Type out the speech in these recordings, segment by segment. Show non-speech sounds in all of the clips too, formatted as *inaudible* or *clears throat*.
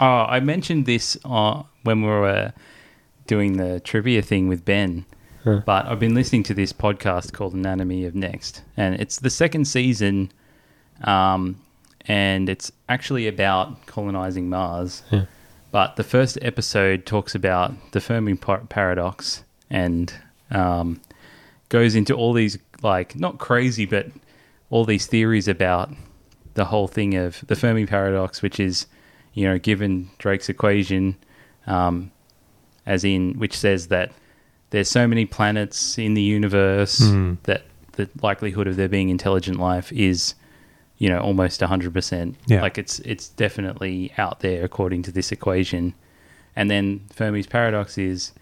Oh, I mentioned this uh, when we were doing the trivia thing with Ben, but I've been listening to this podcast called Anatomy of Next, and it's the second season, um, and it's actually about colonizing Mars. But the first episode talks about the Fermi par- paradox and um, goes into all these like not crazy, but all these theories about the whole thing of the Fermi paradox, which is, you know, given Drake's equation, um, as in which says that there's so many planets in the universe that the likelihood of there being intelligent life is, you know, almost hundred percent. Yeah. Like it's it's definitely out there according to this equation. And then Fermi's paradox is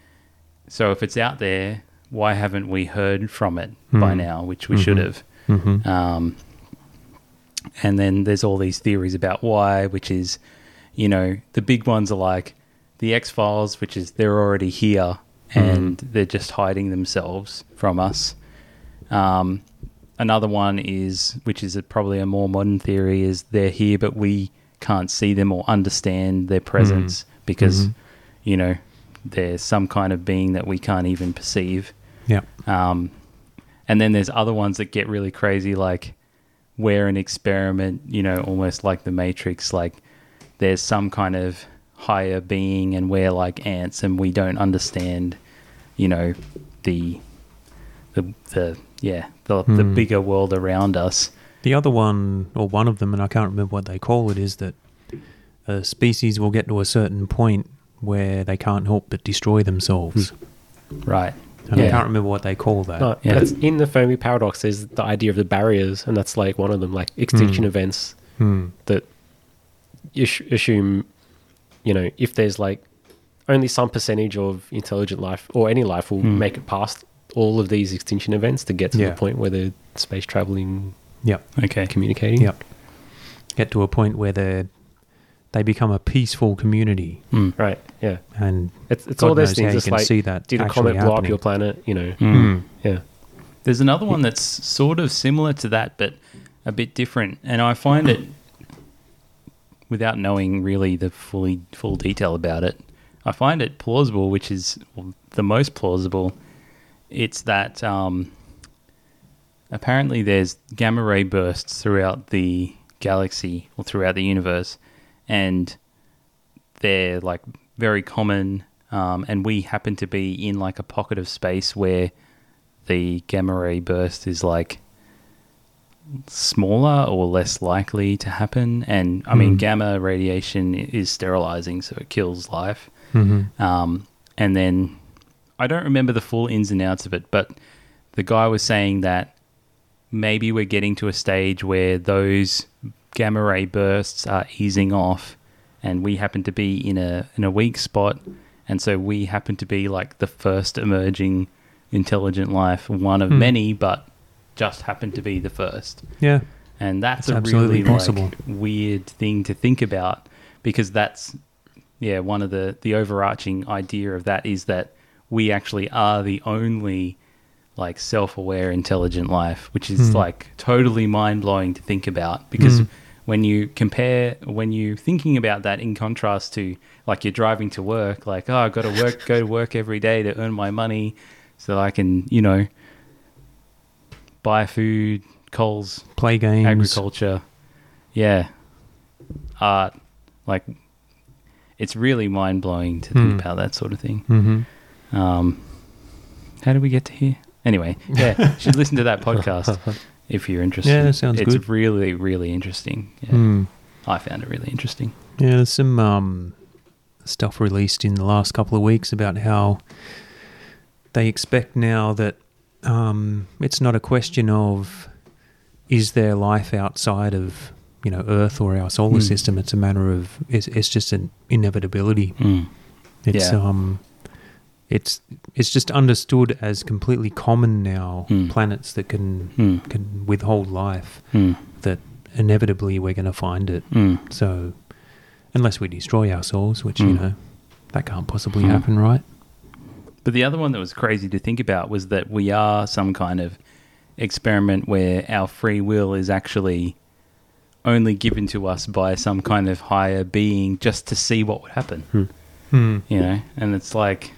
so if it's out there, why haven't we heard from it by now, which we should have? Um, and then there's all these theories about why, which is, you know, the big ones are like the X Files, which is they're already here and they're just hiding themselves from us. Um, another one is, which is a, probably a more modern theory, is they're here but we can't see them or understand their presence because, you know, they're some kind of being that we can't even perceive. Yeah. Um, and then there's other ones that get really crazy, like where an experiment, you know, almost like the Matrix, like there's some kind of higher being and we're like ants and we don't understand, you know, the the the yeah, the the Hmm. bigger world around us. The other one, or one of them, and I can't remember what they call it, is that a species will get to a certain point where they can't help but destroy themselves. Hmm. Right. And I can't remember what they call that. No, Yeah. that's in the Fermi paradox. Is the idea of the barriers, and that's like one of them, like extinction events Hmm. that ish- assume, you know, if there's like only some percentage of intelligent life or any life will make it past all of these extinction events to get to Hmm. Yeah. the point where they're space traveling, Yep. Okay. communicating. Yep. Get to a point where they they become a peaceful community, Hmm. Right. Yeah. and It's, it's God all knows those how things. you It's can like, see that did a actually comet blow up happening. Hmm. your planet? You know. Yeah. There's another one that's sort of similar to that, but a bit different. And I find it, without knowing really the fully full detail about it, I find it plausible, which is the most plausible. It's that um, apparently there's gamma ray bursts throughout the galaxy or throughout the universe, and they're like very common. Um, and we happen to be in like a pocket of space where the gamma ray burst is like smaller or less likely to happen. And I mean, gamma radiation i- is sterilizing, so it kills life. Um, and then I don't remember the full ins and outs of it, but the guy was saying that maybe we're getting to a stage where those gamma ray bursts are easing off and we happen to be in a in a weak spot and so we happen to be like the first emerging intelligent life one of many but just happen to be the first yeah, and that's, That's a absolutely really like, possible. weird thing to think about because that's yeah one of the the overarching idea of that is that we actually are the only like self-aware intelligent life which is Hmm. like totally mind-blowing to think about because when you compare when you're thinking about that in contrast to like you're driving to work like oh i've got to work go to work every day to earn my money so i can you know buy food coles play games, agriculture, yeah, art. Like, it's really mind blowing to Hmm. think about that sort of thing. Mm-hmm. Um, how did we get to here? *laughs* Anyway, yeah, you should listen to that podcast if you're interested. Yeah, that sounds it's good. really, really interesting. Yeah. Hmm. I found it really interesting. Yeah, there's some um, stuff released in the last couple of weeks about how they expect now that um, it's not a question of is there life outside of you know Earth or our solar Hmm. system. It's a matter of it's, it's just an inevitability. Hmm. It's Yeah. um, it's it's just understood as completely common now. Hmm. Planets that can Hmm. can withhold life Hmm. that inevitably we're going to find it. Hmm. So, unless we destroy ourselves, which, you Mm. know, that can't possibly Mm. happen, right? But the other one that was crazy to think about was that we are some kind of experiment where our free will is actually only given to us by some kind of higher being just to see what would happen, Hmm. you know? And it's like,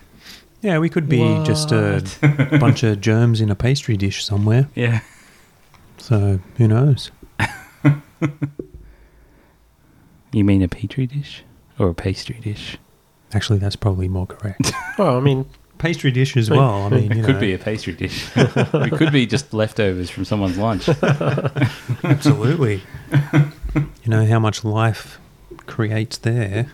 Yeah, we could be just a *laughs* bunch of germs in a pastry dish somewhere. yeah. So who knows? You mean a petri dish or a pastry dish? Actually, that's probably more correct. Well, I mean, pastry dish as well. I mean, It you could know, be *laughs* a pastry dish. it could be just leftovers from someone's lunch. *laughs* absolutely. you know how much life *coughs* creates there.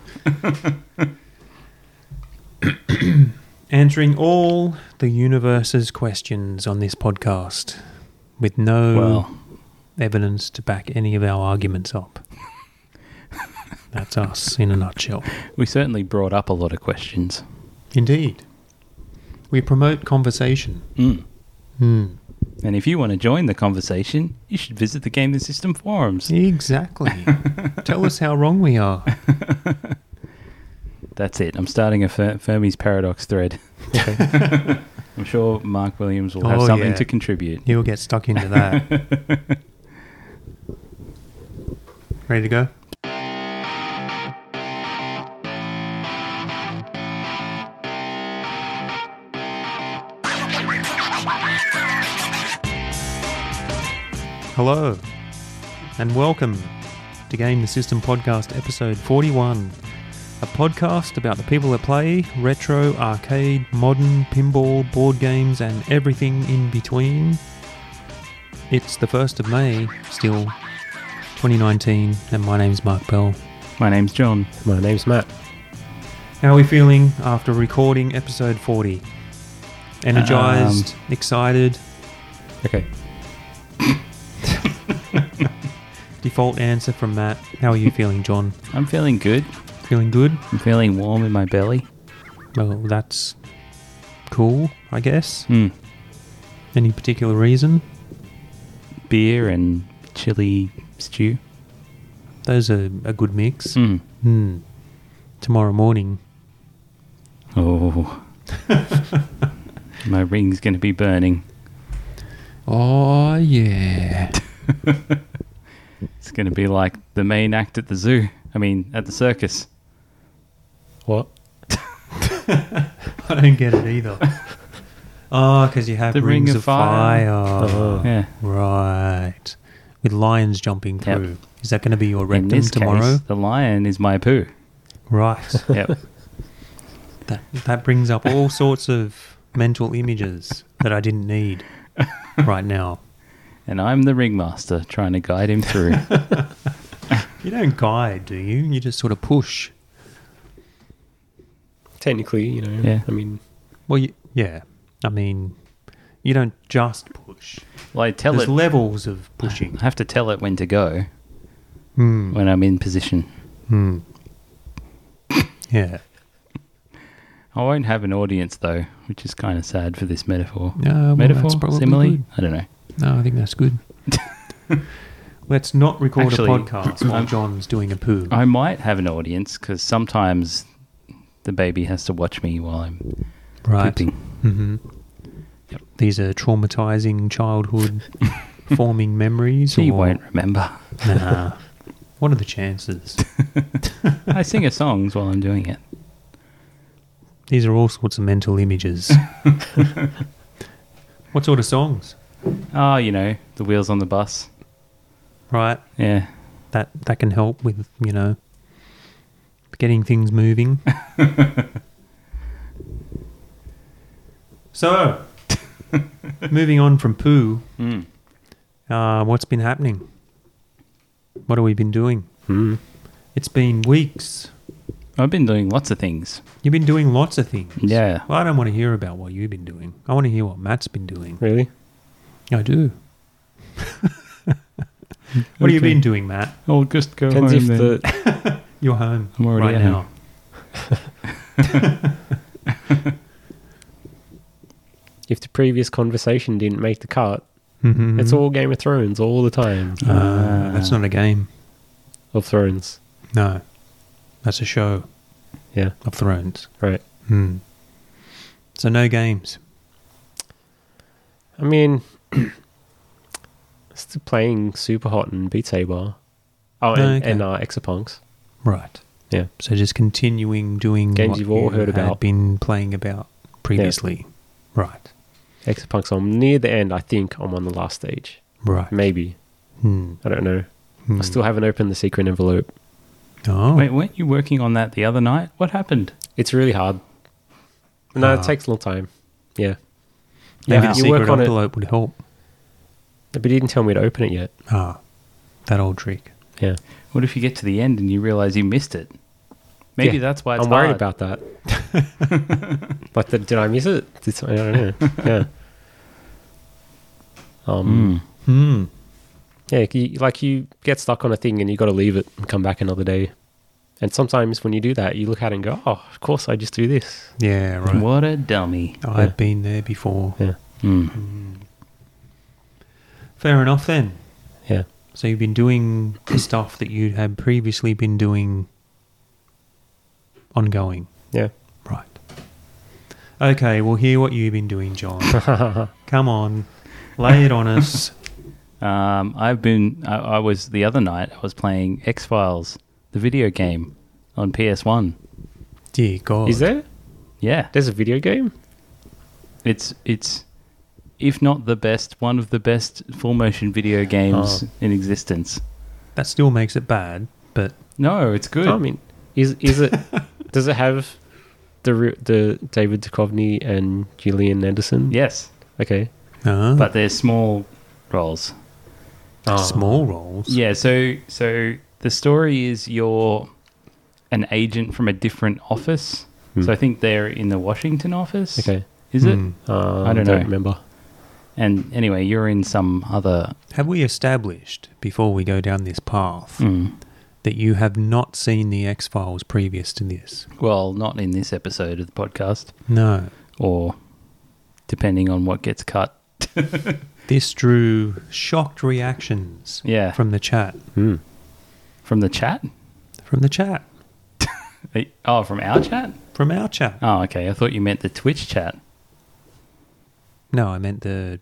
Answering all the universe's questions on this podcast with *laughs* no Well, evidence to back any of our arguments *laughs* up. That's us in a nutshell. we certainly brought up a lot of questions. Indeed. We promote conversation. Mm. Hmm. And if you want to join the conversation, you should visit the Gaming System forums. *laughs* Exactly. Tell us how wrong we are. That's it. I'm starting a Fer- Fermi's paradox thread. *laughs* I'm sure Mark Williams will have Oh, something yeah. to contribute. You'll get stuck into that. Ready to go? Hello, and welcome to Game the System Podcast, episode 41. A podcast about the people that play retro, arcade, modern, pinball, board games, and everything in between. It's the 1st of May, still 2019, and my name's Mark Bell. My name's John. my name's Matt. How are we feeling after recording episode 40? Energized, excited, Okay. default answer from Matt. How are you feeling, John? I'm feeling good. Feeling good? I'm feeling warm in my belly. Well, that's cool, I guess. Mm. Any particular reason? Beer and chili stew. Those are a good mix. Mm. Hmm. Tomorrow morning. Oh. my ring's going to be burning. Oh yeah. It's going to be like the main act at the zoo. I mean, at the circus. What? *laughs* I don't get *laughs* it either. Oh, because you have The ring rings of of, fire. Oh. Yeah. Right. With lions jumping Yep. through. Is that going to be your In rectum this tomorrow? case, the lion is my *laughs* poo. *laughs* Right. Yep. that that brings up all sorts of mental images that I *laughs* didn't need right now. and I'm the ringmaster trying to guide him *laughs* through. You don't guide, do you? You just sort of push. Technically, you know. Yeah. I mean, Well, you, yeah. I mean, you don't just push. well, I tell There's it. levels of I *sighs* pushing. have to tell it when to go Hmm. when I'm in position. Hmm. Yeah. I won't have an audience though, which is kind of sad for this metaphor. Uh, well, metaphor, that's probably simile. good. I don't know. No, I think *laughs* that's good. Let's not record Actually, *clears throat* a podcast while I'm- John's doing a poo. I might have an audience because sometimes the baby has to watch me while I'm right. pooping. hmm Yep. These are traumatizing childhood *laughs* forming memories. She or- won't remember. Nah. What are the chances? I sing *laughs* her songs while I'm doing it. These are all sorts of *laughs* mental images. what sort of songs? Oh, you know, the wheels on the bus. Right. Yeah. That that can help with you know getting things moving. so, moving on from poo, Hmm. Mm. uh, what's been happening? What have we been doing? hmm. It's been weeks. I've been doing lots of things. You've been doing lots of things. Yeah. Well, I don't want to hear about what you've been doing. I want to hear what Matt's been doing. really? I do. *laughs* what have Okay. you been doing, Matt? I'll Oh, just go Depends if the You're home. I'm already right at now. if the previous conversation didn't make the cut, Mhm. it's all Game of Thrones all the time. Uh, that's not a game. Of Thrones, No, that's a show yeah, of Thrones. right. Hmm. So no games. I *clears throat* mean, still playing Super Hot and Beat Saber. Oh, No, and, okay. and uh, Exapunks. Right. Yeah. So just continuing doing Games what you've all you had heard about. been playing about previously. Right. Exapunks. I'm near the end. I think I'm on the last stage. Right. Maybe. Hmm. I don't know. Hmm. I still haven't opened the secret envelope. Oh. Wait, weren't you working on that the other night? What happened? It's really hard. No, Ah. it takes a long time. Yeah. Maybe Yeah, the you work secret on it. envelope would help. But he didn't tell me to open it yet. Ah, that old trick. Yeah. What if you get to the end and you realize you missed it? Maybe Yeah, that's why it's I'm hard. worried about that. *laughs* like, did did I miss it? Did some- I don't know. *laughs* Yeah. Um. Mm. Hmm. Yeah. You, like you get stuck on a thing and you got to leave it and come back another day. And sometimes when you do that, you look at it and go, "Oh, of course I just do this." Yeah, right. What a dummy. I've Yeah. been there before. Yeah. Mm. Fair enough then. Yeah. So you've been doing the stuff that you had previously been doing ongoing. Yeah. Right. Okay, we'll hear what you've been *laughs* doing, John. Come on. Lay it on us. Um, I've been. I, I was the other night. I was playing X Files, the video game, on PS One. Dear God. Is there? Yeah, There's a video game. it's it's if not the best, one of the best full motion video games Oh. in existence. That still makes it bad, but No, it's good. I mean, is is *laughs* it? does it have the re- the David Duchovny and Julian Anderson? yes, Okay. uh, but they're small roles. Ah. small roles. Yeah, so so the story is you're an agent from a different office. Hmm. So I think they're in the Washington office. Okay. Is it? Hmm. Um, don't know. Remember. And anyway, you're in some other Have we established before we go down this path Hmm. that you have not seen the X Files previous to this? well, not in this episode of the podcast No. or depending on what gets cut. *laughs* This drew shocked reactions Yeah. from the chat. Hmm. From the chat? From the chat. Eh, Oh, from our chat? From our chat. Oh, okay. I thought you meant the Twitch chat. No, I meant the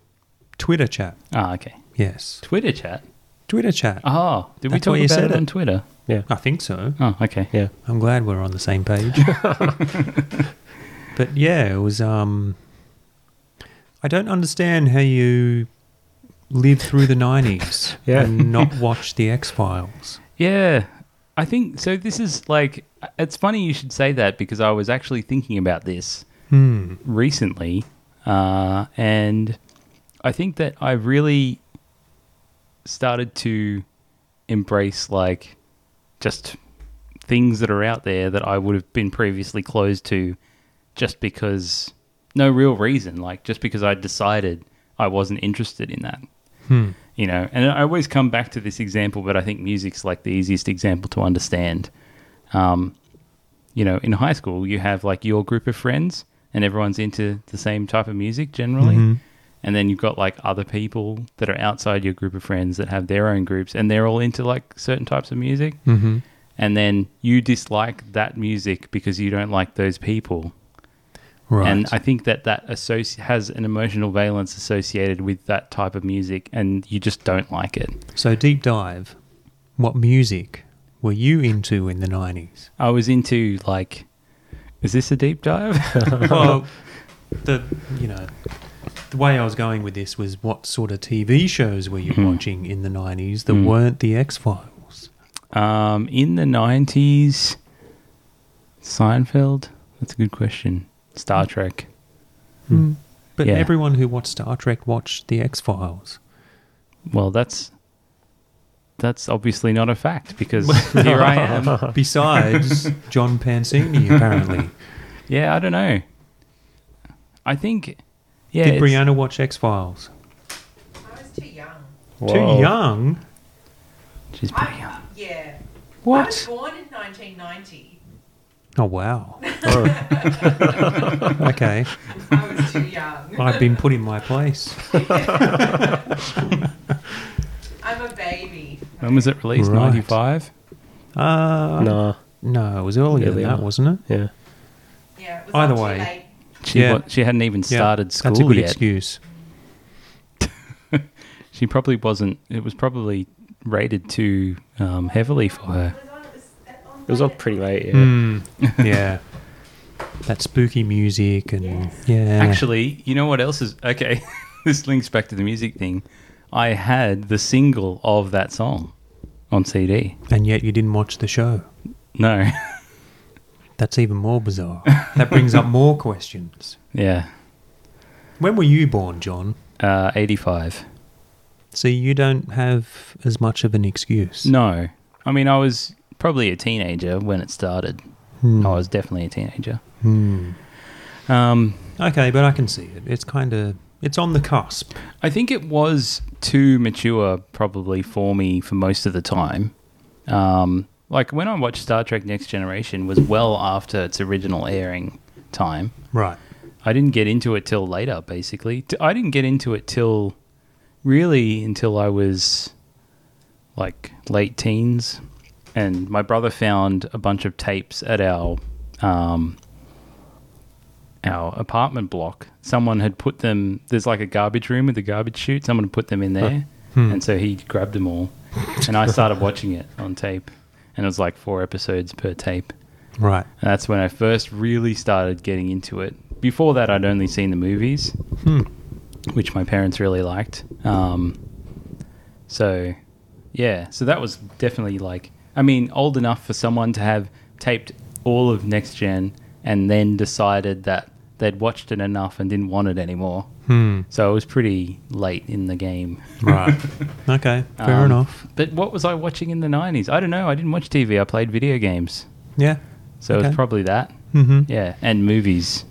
Twitter chat. Ah, okay. Yes. Twitter chat. Twitter chat. Oh, did we That's what talk you about said it on it. Twitter? Yeah. I think so. Oh, okay. Yeah. I'm glad we're on the same page. but yeah, it was um I don't understand how you lived through the 90s Yeah. and not watch the X-Files. Yeah, I think so. This is like it's funny you should say that because I was actually thinking about this Hmm. recently, uh, and I think that I really started to embrace like just things that are out there that I would have been previously closed to just because no real reason, like just because I decided I wasn't interested in that Hmm. you know and i always come back to this example but i think music's like the easiest example to understand um, you know in high school you have like your group of friends and everyone's into the same type of music generally Mhm. and then you've got like other people that are outside your group of friends that have their own groups and they're all into like certain types of music Mhm. and then you dislike that music because you don't like those people Right. and I think that that associ- has an emotional valence associated with that type of music, and you just don't like it. so deep dive. What music were you into in the 90s? I was into like, is this a deep dive? well, the you know, the way I was going with this was what sort of TV shows were you watching in the nineties that Hmm. weren't the X Files? um, in the nineties, Seinfeld. That's a good question. Star Trek. But Yeah. everyone who watched Star Trek watched the X Files. Well, that's that's obviously not a fact *laughs* because here I am. Besides John Pansini, apparently. Yeah, I don't know. I think. Yeah, Did it's- Brianna watch X Files? I was too young. Whoa. Too young. she's pretty young. I, yeah. I was What? born in 1990. Oh wow. Oh, Okay. I *laughs* was too young. I've been put in my place. I'm a baby. When was it released? Right. Ninety five. Uh, no. *laughs* nah. it was earlier than Earlier. that, wasn't it? Yeah. Yeah, it was Either not too way. late. She Yeah. wa- she hadn't even Yeah, started school That's a good yet. excuse. She probably wasn't. It was probably rated too um, heavily for her. It was on pretty late, yeah. Mm, yeah. That spooky music and Yes. yeah. Actually, you know what else is okay? *laughs* this links back to the music thing. I had the single of that song on CD. and yet you didn't watch the show. No, *laughs* That's even more bizarre. That brings up more questions. yeah, When were you born, John? uh, eighty-five. So you don't have as much of an excuse. No, I mean I was probably a teenager when it started. Hmm. I was definitely a teenager. Hmm. Um, Okay, but I can see it. It's kind of it's on the cusp. I think it was too mature, probably for me, for most of the time. Um, like when I watched Star Trek: Next Generation was well after its original airing time. Right. I didn't get into it till later, basically. T- I didn't get into it till really until I was like late teens, and my brother found a bunch of tapes at our um, our apartment block. Someone had put them. There's like a garbage room with a garbage chute. Someone had put them in there, and so he grabbed them all, and I started watching it on tape, and it was like four episodes per tape. Right. And that's when I first really started getting into it. Before that, I'd only seen the movies, Hmm. which my parents really liked. Um, so, yeah, so that was definitely like, I mean, old enough for someone to have taped all of Next Gen and then decided that they'd watched it enough and didn't want it anymore. Hmm. So it was pretty late in the game. Right. okay. Fair Um, enough. *laughs* But what was I watching in the 90s? I don't know. I didn't watch TV, I played video games. Yeah. So it Okay. was probably that. Mm-hmm. Yeah, and movies.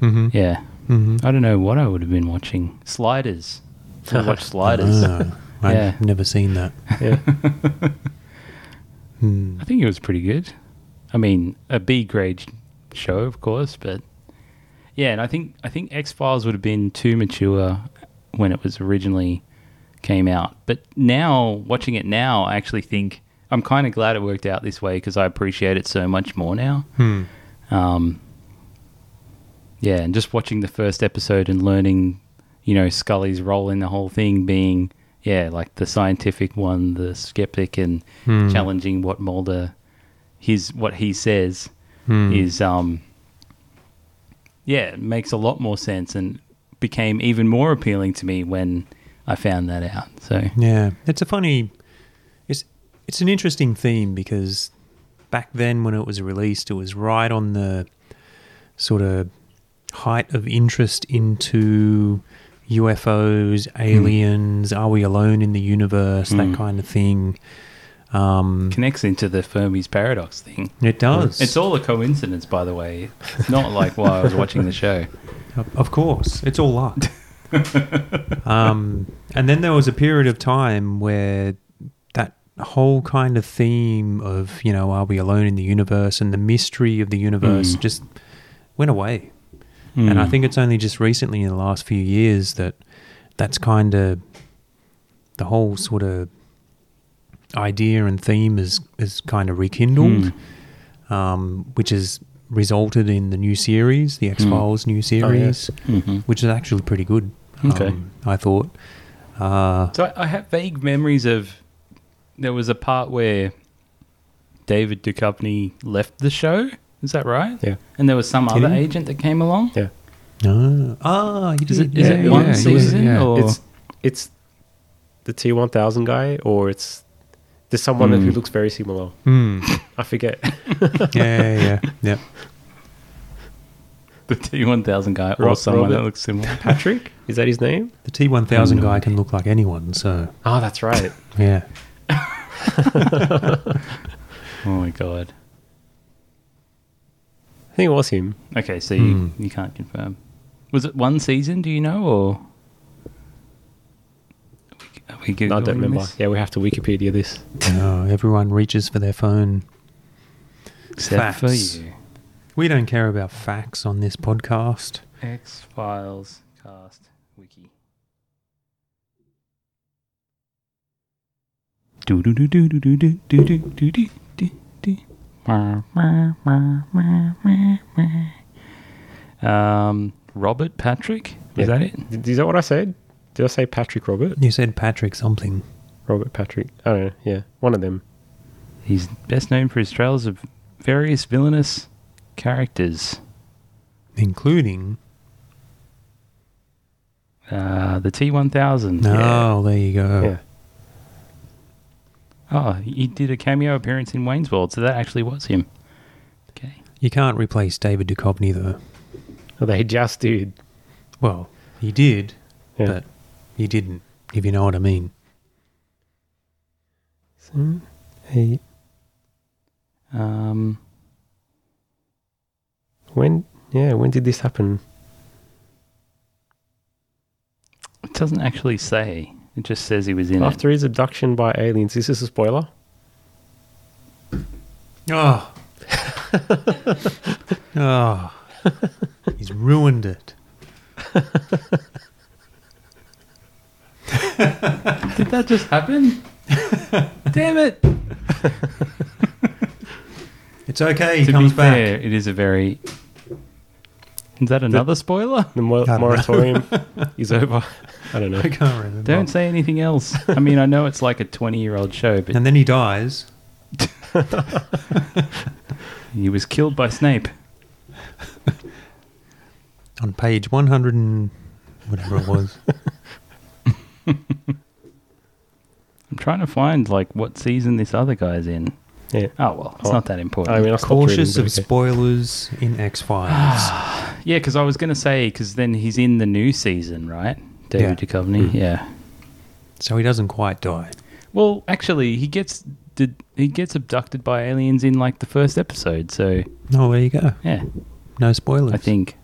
Mm-hmm. Yeah. Mm-hmm. I don't know what I would have been watching. Sliders. I watched Sliders. Ah. I've Yeah. never seen that. yeah. *laughs* Hmm. I think it was pretty good. I mean, a B grade show, of course, but yeah, and I think I think X Files would have been too mature when it was originally came out. But now, watching it now, I actually think I'm kind of glad it worked out this way because I appreciate it so much more now. Hmm. Um, yeah, and just watching the first episode and learning, you know, Scully's role in the whole thing being, yeah, like the scientific one, the skeptic, and Hmm. challenging what Mulder, his what he says, Hmm. is, um, yeah, it makes a lot more sense and became even more appealing to me when I found that out. So Yeah, it's a funny, it's it's an interesting theme because back then when it was released, it was right on the sort of height of interest into UFOs, aliens, are we alone in the universe, Hmm. that kind of thing. Um, connects into the Fermi's paradox thing. it does. It's all a coincidence, by the way. It's not like while I was watching the show. Of- Of course, it's *laughs* all luck. um, and then there was a period of time where that whole kind of theme of you know, are we alone in the universe and the mystery of the universe Mm. just went away. *laughs* And I Mm. think it's only just recently in the last few years that that's kind of the whole sort of idea and theme is is kind of rekindled, Mm. um, which has resulted in the new series, the X Mm. Files Oh, new series, Mm-hmm. which is actually pretty good. Okay. um, I thought. Uh, So I, I have vague memories of there was a part where David Duchovny left the show. Is that right? Yeah. And there was some Did other he? agent that came along. Yeah. no. Ah, you Is did- it, is Yeah, it yeah, one yeah, season yeah. or It's it's the T one thousand guy or it's there's someone that who Mm. looks very similar. Hmm. I *laughs* forget. *laughs* yeah, yeah, yeah. yeah. *laughs* the T one thousand guy or Rob- someone that Robert? looks *laughs* similar? Patrick? Is that his name? The T one thousand No guy can look like anyone, so Oh that's *laughs* right. yeah. Oh my god. I think it was him. Okay, so you, Mm. you can't confirm. Was it one season? Do you know or? Are we No, I Googling don't remember. this? Yeah, we have to Wikipedia this. No, Uh, everyone reaches for their phone. Except Facts. for you. We don't care about facts on this podcast. X Files cast wiki. Do do do do do do do do do do do do do. Meow, meow, meow, meow, meow, meow. Um, Robert Patrick, Yeah. is that it? Did- Is that what I said? Did I say Patrick Robert? You said Patrick something. Robert Patrick. I don't know. Yeah, one of them. He's best known for his trails of various villainous characters. including. Uh, the T1000. No, oh, there you go. Yeah. Oh, he did a cameo appearance in Wayne's World, so that actually was him. Okay. You can't replace David Duchovny though. Oh, they just did. Well, he did, Yeah. but he didn't. If you know what I mean. So, hey, Um, when? Yeah, when did this happen? it doesn't actually say. It just says he was in After his abduction by aliens. Is this a spoiler? *laughs* Oh. oh. He's ruined it. it. Did that just happen? *laughs* Damn it! It's okay. He to comes be back. fair, it is a very. Is that another spoiler? The mo- don't know. *laughs* moratorium is over. I don't know. I can't remember. Don't say anything else. I mean, I know it's like a 20 year old show, but And then he dies. he was killed by Snape. on page 100 and whatever it was. I'm trying to find, like, what season this other guy's in. Yeah. Oh, well, it's Oh. *laughs* not that important. I mean, I stopped Cautious reading, of but okay. spoilers in X *sighs* Files. Yeah, because I was going to say, because then he's in the new season, right? David Yeah. Duchovny. Yeah. so he doesn't quite die. Well, actually, he gets did he gets abducted by aliens in like the first episode. So Oh, there you go. yeah, No spoilers. I think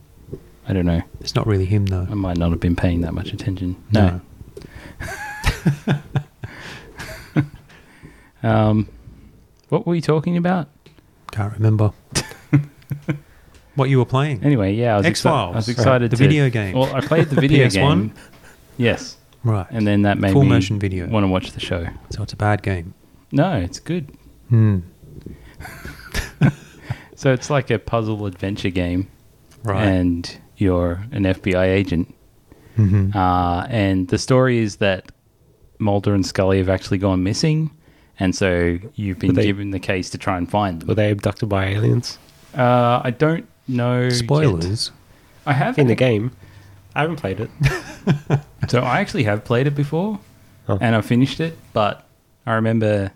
I don't know. it's not really him though. I might not have been paying that much attention. No. *laughs* Um, what were we talking about? can't *laughs* remember what you were playing. Anyway, yeah, I was, exci- X-Files. I was excited. The to- video game. Well, I played *laughs* the video PS1? game. Yes, right, and then that made Full me motion video. want to watch the show. so it's a bad game. No, it's good. Hmm. So it's like a puzzle adventure game, Right. and you're an FBI agent. Mhm. Uh, and the story is that Mulder and Scully have actually gone missing, and so you've been But they- given the case to try and find Were them. they abducted by aliens Uh, I don't know. yet. Spoilers. I have in the game? I haven't *laughs* played it. So I actually have played it before, Oh. and I finished it. But I remember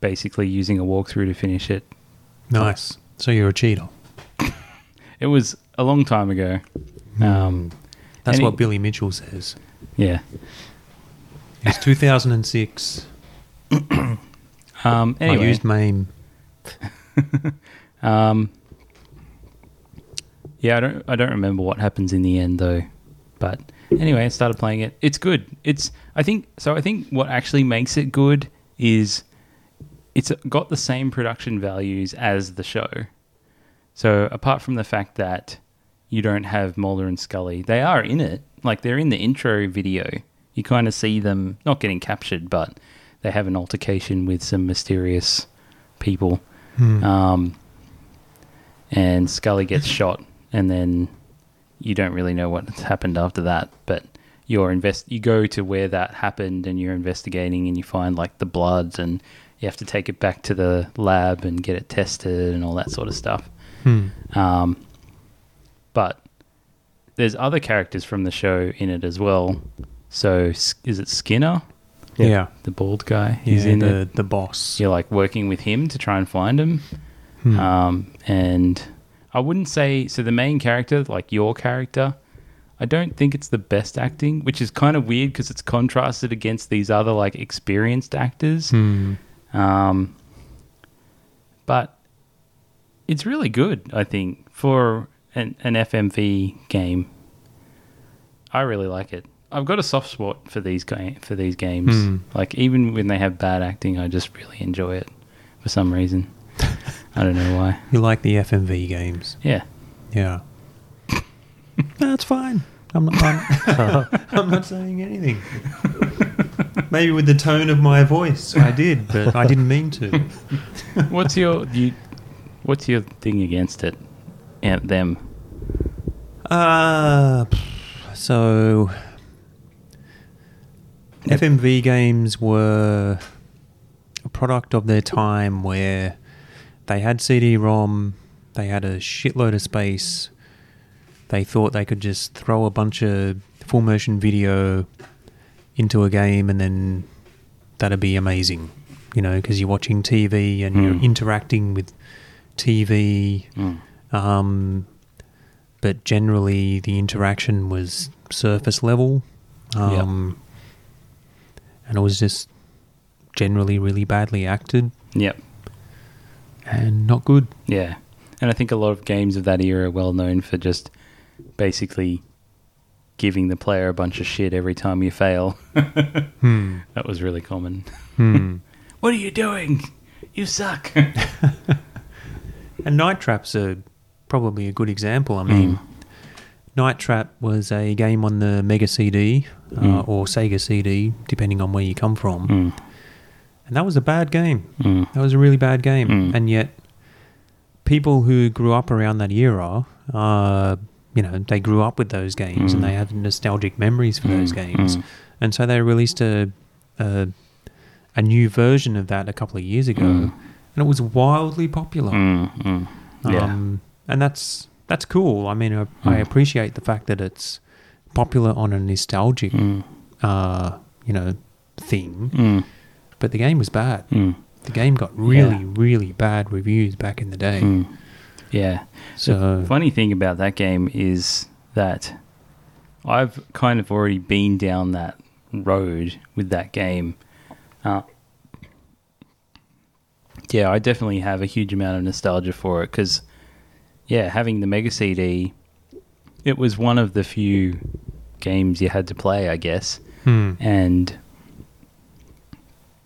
basically using a walkthrough to finish it. Nice. So you're a cheater. It was a long time ago. Hmm. Um, That's Any- what Billy Mitchell says. *laughs* yeah. It's 2006. Um, anyway, I used MAME. Yeah, I don't I don't remember what happens in the end though. But anyway, I started playing it. It's good. It's I think so I think what actually makes it good is it's got the same production values as the show. So apart from the fact that you don't have Mulder and Scully, they are in it. Like they're in the intro video. You kind of see them not getting captured, but they have an altercation with some mysterious people. Um, and Scully gets shot, and then you don't really know what's happened after that. But you're invest, you go to where that happened, and you're investigating, and you find like the bloods, and you have to take it back to the lab and get it tested and all that sort of stuff. Hmm. Um, but there's other characters from the show in it as well. So S- is it Skinner, Yeah. the bald guy? He's He's in the, it. the boss. You're like working with him to try and find him. Hmm. Um, and I wouldn't say so. The main character, like your character, I don't think it's the best acting, which is kind of weird because it's contrasted against these other like experienced actors. Hmm. Um, but it's really good, I think, for an, an FMV game. I really like it. I've got a soft spot for these ga- for these games. Hmm. Like even when they have bad acting, I just really enjoy it for some reason. I don't know why. You like the FMV games. *laughs* Yeah. Yeah. *laughs* That's fine. I'm not, *laughs* I'm, I'm not saying anything. Maybe with the tone of my voice, I did, but I didn't mean *laughs* to. What's your you, what's your thing against it? Yeah, them. Uh, so FMV games were a product of their time where they had CD ROM, they had a shitload of space, they thought they could just throw a bunch of full motion video into a game and then that'd be amazing, you know, because you're watching TV and you're Mm. interacting with TV. Mm. Um, but generally, the interaction was surface level. Yeah. Um, And it was just generally really badly acted Yep. and not good. Yeah. And I think a lot of games of that era are well known for just basically giving the player a bunch of shit every time you *laughs* fail. Hmm. That was really common. Hmm. *laughs* What are you doing? You suck. and Night Trap's a, probably a good example. I mean, Night Trap was a game on the Mega CD uh, Mm. or Sega CD, depending on where you come from. Mm. And that was a bad game. Mm. That was a really bad game. Mm. And yet, people who grew up around that era, uh, you know, they grew up with those games and Mm. they have nostalgic memories for those Mm, games. mm. And so they released a, a a new version of that a couple of years ago, Mm. and it was wildly popular. Mm. Mm. Yeah. Um, and that's that's cool. I mean, I, I Mm. appreciate the fact that it's popular on a nostalgic, Mm. uh, you know, thing. Mm. But the game was bad. Mm. The game got really, really bad reviews back in the day. Mm. Yeah. So, Funny thing about that game is that I've kind of already been down that road with that game. Uh, yeah, I definitely have a huge amount of nostalgia for it because, yeah, having the Mega CD, it was one of the few games you had to play, I guess. Hmm. And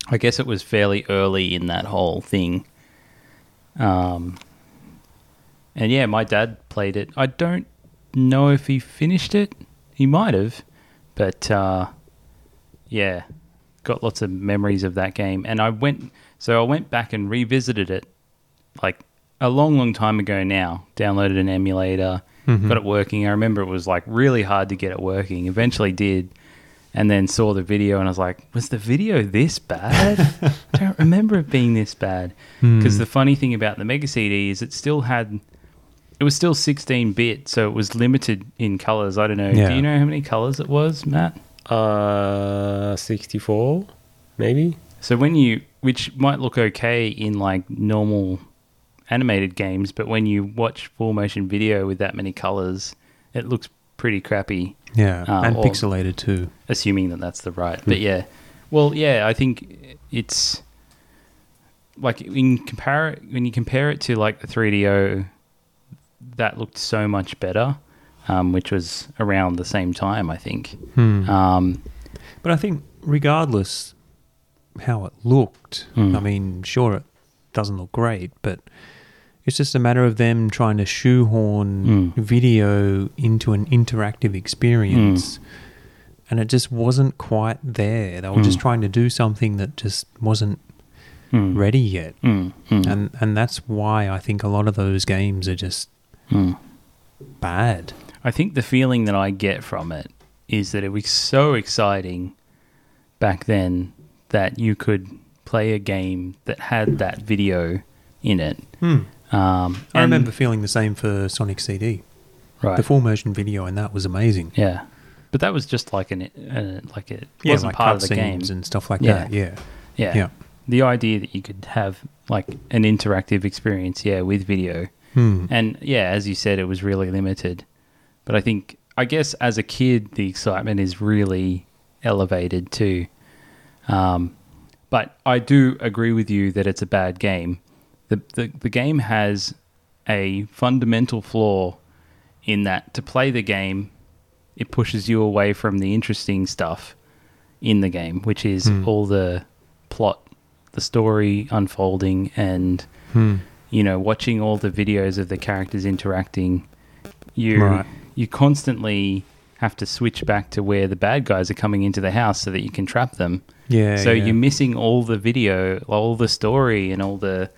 I guess it was fairly early in that whole thing. Um, and yeah, my dad played it. I don't know if he finished it. He might have, but uh, yeah, got lots of memories of that game. And I went, so I went back and revisited it, like a long, long time ago now. Downloaded an emulator, Mhm. got it working. I remember it was like really hard to get it working. Eventually did, and then saw the video and I was like, was the video this bad? don't remember it being this bad. Because the funny thing about the Mega CD is it still had, it was still 16 bit, so it was limited in colors. I don't know. Yeah. Do you know how many colors it was, Matt? Uh, 64, maybe? So when you, which might look okay in like normal animated games, but when you watch full motion video with that many colors, it looks pretty crappy. yeah, uh, and Hmm. or- pixelated too. assuming that that's the right. But yeah, well, yeah, I think it's like in compare when you compare it to like the 3DO, that looked so much better, um, which was around the same time, I think. Hmm. Um, But I think, regardless how it looked, Mm. I mean, sure, it doesn't look great, but it's just a matter of them trying to shoehorn Mm. video into an interactive experience. And it just wasn't quite there. They were just Mm. trying to do something that just wasn't mm, ready yet. mm, mm, And and that's why I think a lot of those games are just mm. bad. I think the feeling that I get from it is that it was so exciting back then that you could play a game that had that video in it. Um, Hmm. I and- remember feeling the same for Sonic CD. right. The full motion video and that was amazing. Yeah, but that was just like an uh, like it Yeah, wasn't like part of the game. cutscenes and stuff like Yeah. that. Yeah. yeah. yeah. the idea that you could have like an interactive experience, yeah, with video, Hmm. and yeah, as you said, it was really limited. But I think, I guess, as a kid, the excitement is really elevated too. Um, but I do agree with you that it's a bad game. The, the the game has a fundamental flaw in that to play the game, it pushes you away from the interesting stuff in the game, which is all the plot, the story unfolding, and you know watching all the videos of the characters interacting. You Right. you constantly have to switch back to where the bad guys are coming into the house so that you can trap them. Yeah. So yeah. you're missing all the video, all the story, and all the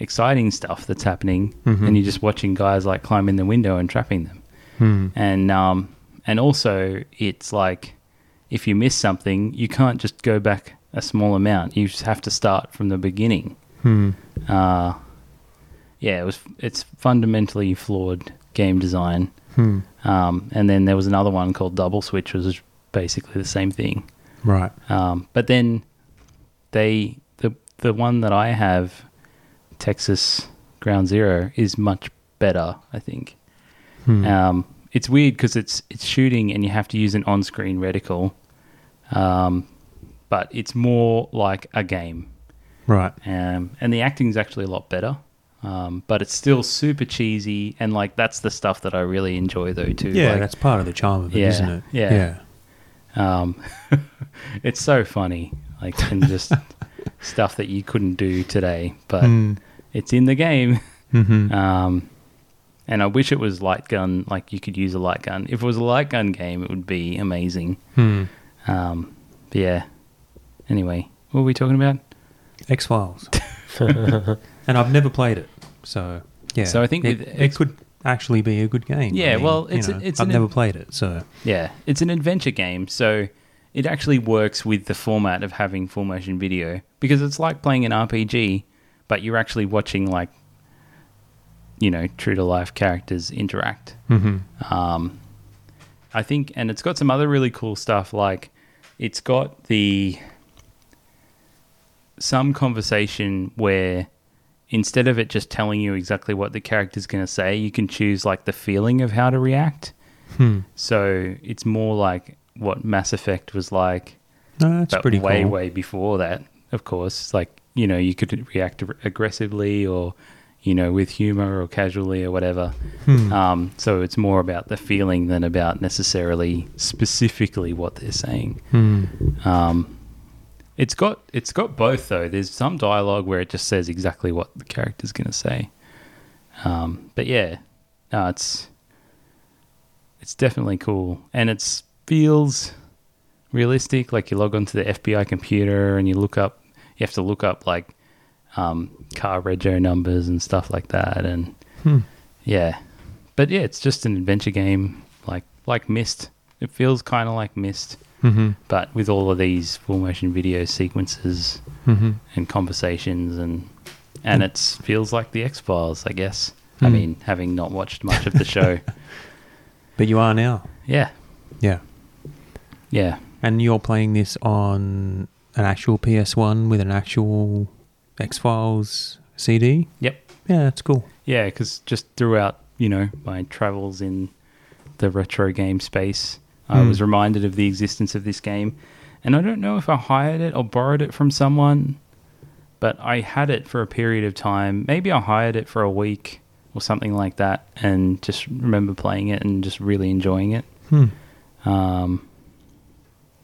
exciting stuff that's happening, Mhm. and you're just watching guys like climb in the window and trapping them. Hmm. And um, and also it's like if you miss something, you can't just go back a small amount. You just have to start from the beginning. Hmm. Uh, yeah, it was. It's fundamentally flawed game design. Hmm. Um, and then there was another one called Double Switch, which was basically the same thing. Right. Um, but then they the the one that I have, Texas Ground Zero, is much better. I think. Hmm. Um, it's weird because it's it's shooting and you have to use an on-screen reticle, um, but it's more like a game, Right. um, and the acting's actually a lot better. Um, but it's still super cheesy, and like that's the stuff that I really enjoy though too. Yeah, like, that's part of the charm of it, Yeah, not it? yeah. Yeah. Um, *laughs* it's so funny, like, and just stuff that you couldn't do today, but Mm. it's in the game. *laughs* Mhm. Um, and I wish it was light gun, like you could use a light gun. If it was a light gun game, it would be amazing. Hmm. Um, but yeah. Anyway, what were we talking about? *laughs* X Files. *laughs* and I've never played it, so yeah. So I think it, with it X- could actually be a good game. Yeah, I mean, well, you it's a- know, it's I've an- never played it, so Yeah, it's an adventure game, so it actually works with the format of having full motion video because it's like playing an RPG, but you're actually watching like you know true to life characters interact. mm-hmm. Um, I think, and it's got some other really cool stuff. Like, it's got the some conversation where instead of it just telling you exactly what the character's going to say, you can choose like the feeling of how to react. Hmm. So it's more like what Mass Effect was like, no, that's but pretty way, cool. way before that. Of course, like you know, you could react ag- aggressively or you know with humor or casually or whatever. Hmm. Um, so it's more about the feeling than about necessarily specifically what they're saying. Hmm. Um, it's got it's got both though. There's some dialogue where it just says exactly what the character's going to say. Um, but yeah, no, it's it's definitely cool, and it feels realistic. Like you log onto the FBI computer and you look up. You have to look up like um, car rego numbers and stuff like that, and Hmm. yeah, but yeah, it's just an adventure game like like Mist. It feels kind of like Mist, Mhm. but with all of these full motion video sequences Mhm. and conversations and and it feels like the X Files, I guess. I Mm. Hmm. mean, having not watched much of the *laughs* show, But you are now. yeah, Yeah. yeah, And you're playing this on an actual PS1 with an actual X Files CD? yep, Yeah, that's cool. yeah. Because just throughout, you know, my travels in the retro game space, I Hmm. was reminded of the existence of this game, and I don't know if I hired it or borrowed it from someone. but I had it for a period of time. Maybe I hired it for a week or something like that, and just remember playing it and just really enjoying it. Hmm. Um,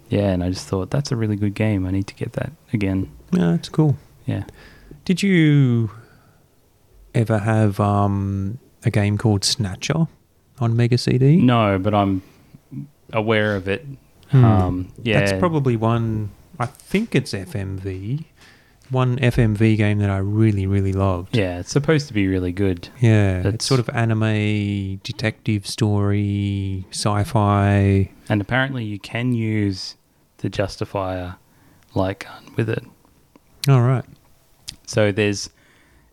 yeah, and I just thought that's a really good game. I need to get that again. Yeah, that's cool. Yeah. Did you ever have um, a game called Snatcher on Mega CD? No, but I'm aware of it. Hmm. Um, yeah, That's probably one, I think it's FMV, one FMV game that I really, really loved. yeah. It's supposed to be really good. Yeah, it's That's- sort of anime, detective story, sci fi. And apparently, you can use the Justifier light gun with it. All right. So there's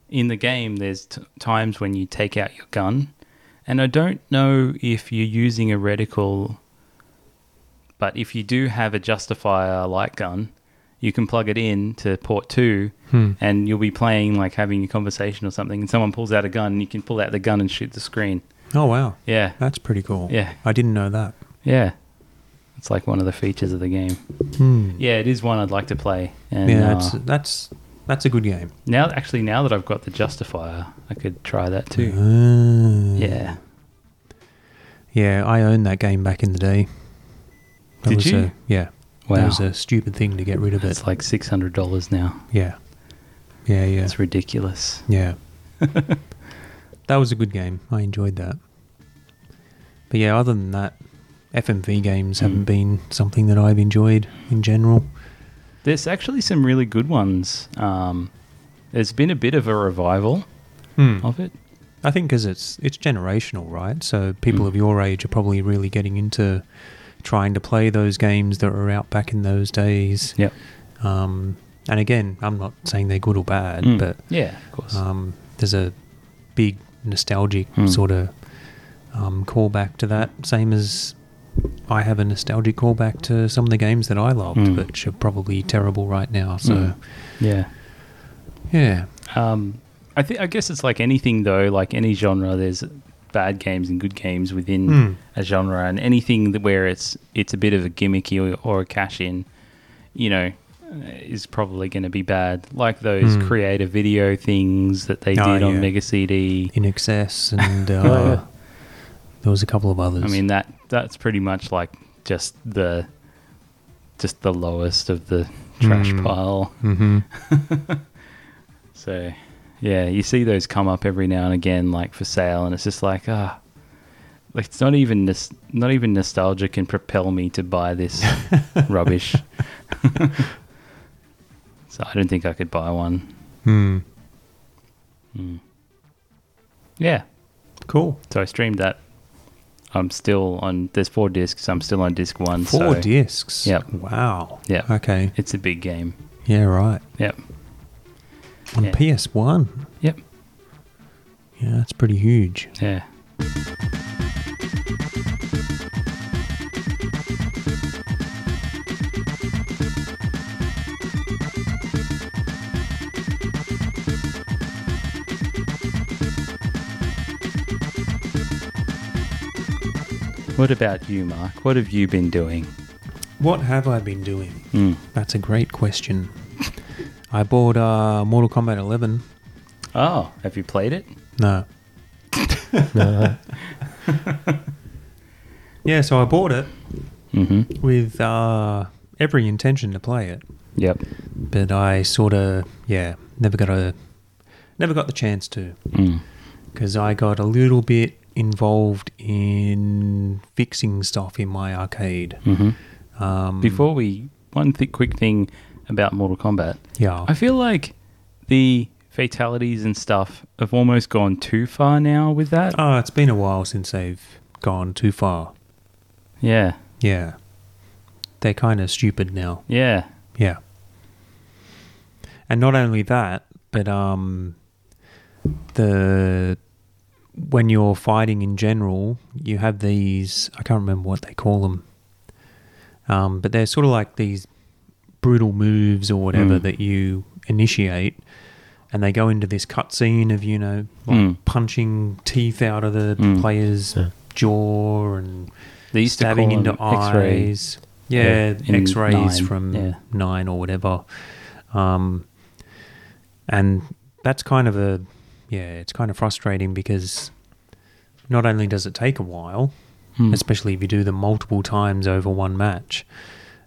in the game there's t- times when you take out your gun, and I don't know if you're using a reticle, but if you do have a justifier light gun, you can plug it in to port two, Hmm. and you'll be playing like having a conversation or something, and someone pulls out a gun, and you can pull out the gun and shoot the screen. Oh, wow. Yeah, That's pretty cool. Yeah. I didn't know that. yeah, it's like one of the features of the game. Hmm. Yeah, it is one I'd like to play. And, Yeah, uh, that's, that's, that's a good game. now actually now that I've got the justifier, I could try that too. Ah. Yeah. Yeah, I owned that game back in the day. That Did was you? A, yeah. That Wow. was a stupid thing to get rid of it. It's like six hundred dollars now. yeah. Yeah, yeah. It's ridiculous. *laughs* Yeah. that was a good game. I enjoyed that. But yeah, other than that, FMV games haven't Mm. been something that I've enjoyed in general. There's actually some really good ones. Um, there's been a bit of a revival Mm. of it. I think because it's it's generational, right? So people Mm. of your age are probably really getting into trying to play those games that were out back in those days. Yep. Um, and again, I'm not saying they're good or bad, Mm. but yeah, of course. um, there's a big nostalgic Mm. sort of um, callback to that, same as I have a nostalgic callback to some of the games that I loved, Mm. which are probably terrible right now. So, Mm. yeah. yeah, Um, I think I guess it's like anything though, like any genre. There's bad games and good games within Mm. a genre, and anything that where it's it's a bit of a gimmicky or, or a cash in, you know, uh, is probably going to be bad. Like those Mm. creative video things that they Oh, did yeah. on Mega CD. in excess, *laughs* and uh, yeah. there was a couple of others. Oh, I mean that that's pretty much like just the just the lowest of the trash Mm. pile. hmm So, yeah, you see those come up every now and again, like for sale, and it's just like ah, like it's not even nos- not even nostalgia can propel me to buy *laughs* this rubbish. *laughs* so I don't think I could buy one. Hmm. Yeah, Cool. so I streamed that. I'm still on. There's four discs. I'm still on disc one. Four so discs. Yep. Wow. Yep. Okay. It's a big game. Yeah. Right. Yep. On Yeah. PS One. Yep. Yeah, that's pretty huge. Yeah. What about you, Mark? What have you been doing? What have I been doing? Mm. That's a great question. I bought uh, Mortal Kombat 11. Oh, have you played it? No. No. *laughs* Yeah, so I bought it Mm-hmm. with uh, every intention to play it, Yep. but I sort of yeah never got a never got the chance to Mm. because I got a little bit involved in fixing stuff in my arcade. Mm-hmm. Um, Before we, one th- quick thing about Mortal Kombat. yeah, I feel like the fatalities and stuff have almost gone too far now with that. oh, it's been a while since they've gone too far. Yeah, Yeah, they're kind of stupid now. yeah, Yeah. And not only that, but um the when you're fighting in general, you have these I can't remember what they call them. Um but they're sort of like these brutal moves or whatever Mm. that you initiate and they go into this cutscene of, you know, like Mm. punching teeth out of the Mm. player's Yeah. jaw and They used to stabbing call into them X-ray. eyes. Yeah, in X-rays nine, from yeah. nine or whatever. Um, and that's kind of a yeah, it's kind of frustrating because not only does it take a while, Hmm. especially if you do them multiple times over one match,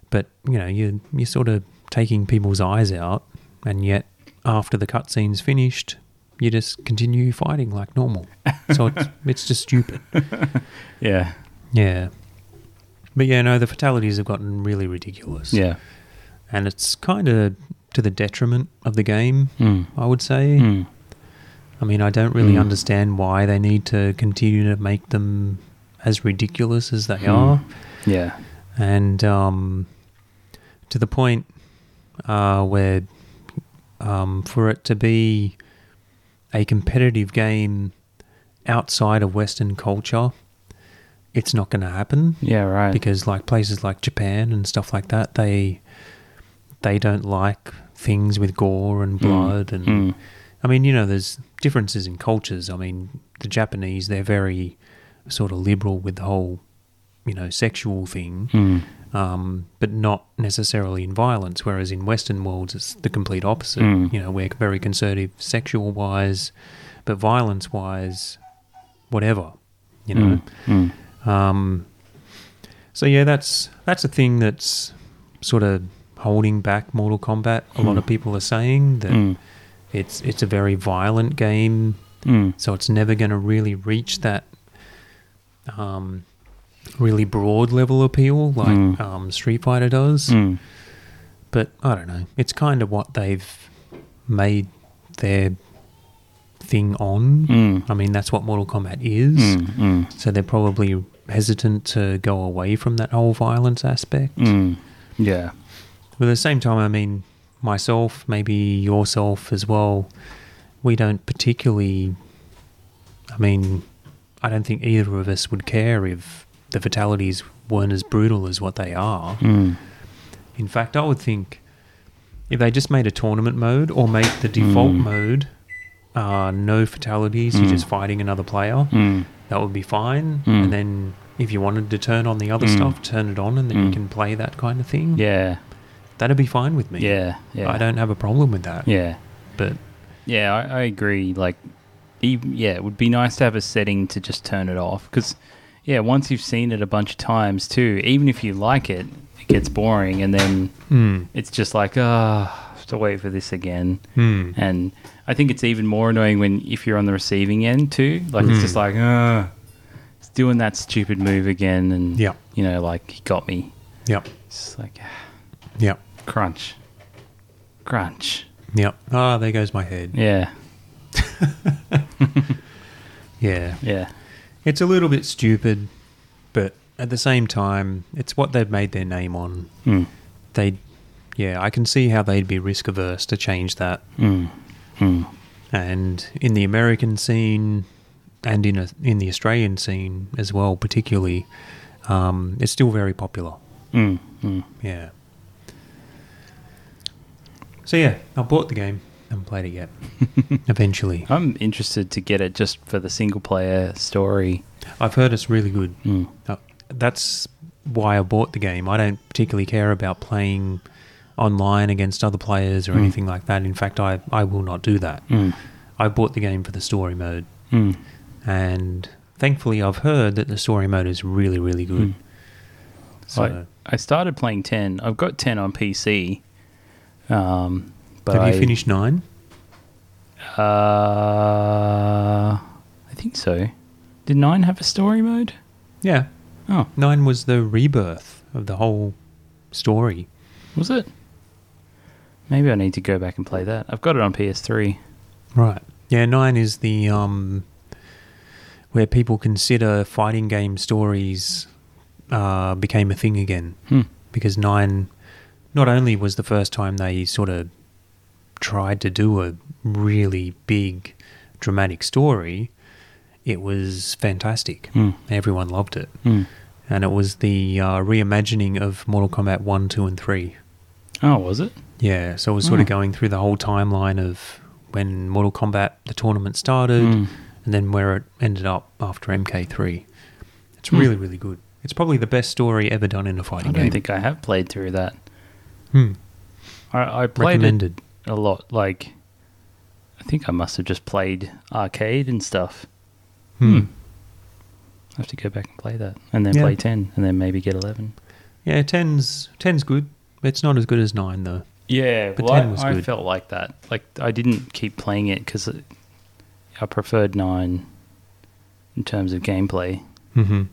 but you know you you're sort of taking people's eyes out, and yet after the cutscene's finished. You just continue fighting like normal, so it's it's just stupid. Yeah, Yeah. But yeah, no, the fatalities have gotten really ridiculous. yeah. And it's kind of to the detriment of the game, Mm. I would say. Mm. I mean, I don't really Mm. understand why they need to continue to make them as ridiculous as they Mm. are. Yeah. And um, to the point uh, where um, for it to be a competitive game outside of Western culture, it's not going to happen Yeah. Right. because like places like Japan and stuff like that, they they don't like things with gore and Mm. blood and Mm. I mean, you know, there's differences in cultures. I mean, the Japanese they're very sort of liberal with the whole you know sexual thing, Mm. um, but not necessarily in violence. Whereas in Western worlds, it's the complete opposite. Mm. You know, we're very conservative sexual wise, but violence wise, whatever. You know. Mm. Mm. Um, so yeah, that's that's a thing that's sort of holding back Mortal Kombat. A lot Hmm. of people are saying that Mm. it's it's a very violent game, Mm. so it's never going to really reach that um, really broad level appeal like Hmm. um, Street Fighter does. Mm. But I don't know. It's kind of what they've made their thing on. Mm. Hmm. I mean, that's what Mortal Kombat is. Mm. Mm. So they're probably hesitant to go away from that whole violence aspect. Mm. Yeah. But at the same time, I mean, myself, maybe yourself as well, we don't particularly. I mean, I don't think either of us would care if the fatalities weren't as brutal as what they are. Mm. In fact, I would think if they just made a tournament mode or make the default Mm. mode uh, no fatalities, Mm. you're just fighting another player, Mm. that would be fine. Mm. And then if you wanted to turn on the other Mm. stuff, turn it on and then Mm. you can play that kind of thing. Yeah. That'd be fine with me. Yeah. Yeah. I don't have a problem with that. Yeah. But Yeah, I, I agree. Like, even, yeah, it would be nice to have a setting to just turn it off because, yeah, once you've seen it a bunch of times too, even if you like it, it gets boring, and then Hmm. it's just like, ah, have to wait for this again. Hmm. And I think it's even more annoying when if you're on the receiving end too, like Hmm. it's just like, ah, it's doing that stupid move again, and Yeah. you know, like he got me. Yep. It's just like ah, Yep. crunch, crunch. Yep. Ah, there goes my head. Yeah, Yeah. yeah, It's a little bit stupid, but at the same time, it's what they've made their name on. mm. They, yeah, I can see how they'd be risk averse to change that. Mm. Mm. And in the American scene, and in a, in the Australian scene as well, particularly, um, it's still very popular. Mm. Mm. Yeah. So yeah, I bought the game. Haven't played it yet. *laughs* Eventually, I'm interested to get it just for the single player story. I've heard it's really good. Mm. Uh, that's why I bought the game. I don't particularly care about playing online against other players or Mm. anything like that. In fact, I, I will not do that. Mm. I bought the game for the story mode, Mm. and thankfully, I've heard that the story mode is really, really good. Mm. So, I, I started playing 10. I've got 10 on PC. Um, but have you I- finished nine? Uh, I think so. Did 9 have a story mode? Yeah, Oh, nine was the rebirth of the whole story. was it? Maybe I need to go back and play that. I've got it on PS3. Right. Yeah, nine is the um, where people consider fighting game stories uh, became a thing again Hmm. because nine not only was the first time they sort of tried to do a really big dramatic story, it was fantastic. Hmm. Everyone loved it, Mm. and it was the uh, reimagining of Mortal Kombat one, two, and three. Oh, was it? Yeah, so it was sort Mm. of going through the whole timeline of when Mortal Kombat the tournament started Mm. and then where it ended up after MK3. It's really, really good. It's probably the best story ever done in a Hmm. I fighting don't game. think I have played through that. Hmm. I, I played it Recommended. a lot. Like, I think I must have just played arcade and stuff. Hmm. I have to go back and play that, and then Yeah. play ten, and then maybe get eleven. Yeah, 10's, 10's good. It's not as good as 9, though. Yeah, But well, I- 10 was I, good. felt like that. Like, I didn't keep playing it because I preferred nine in terms of gameplay. Mm-hmm.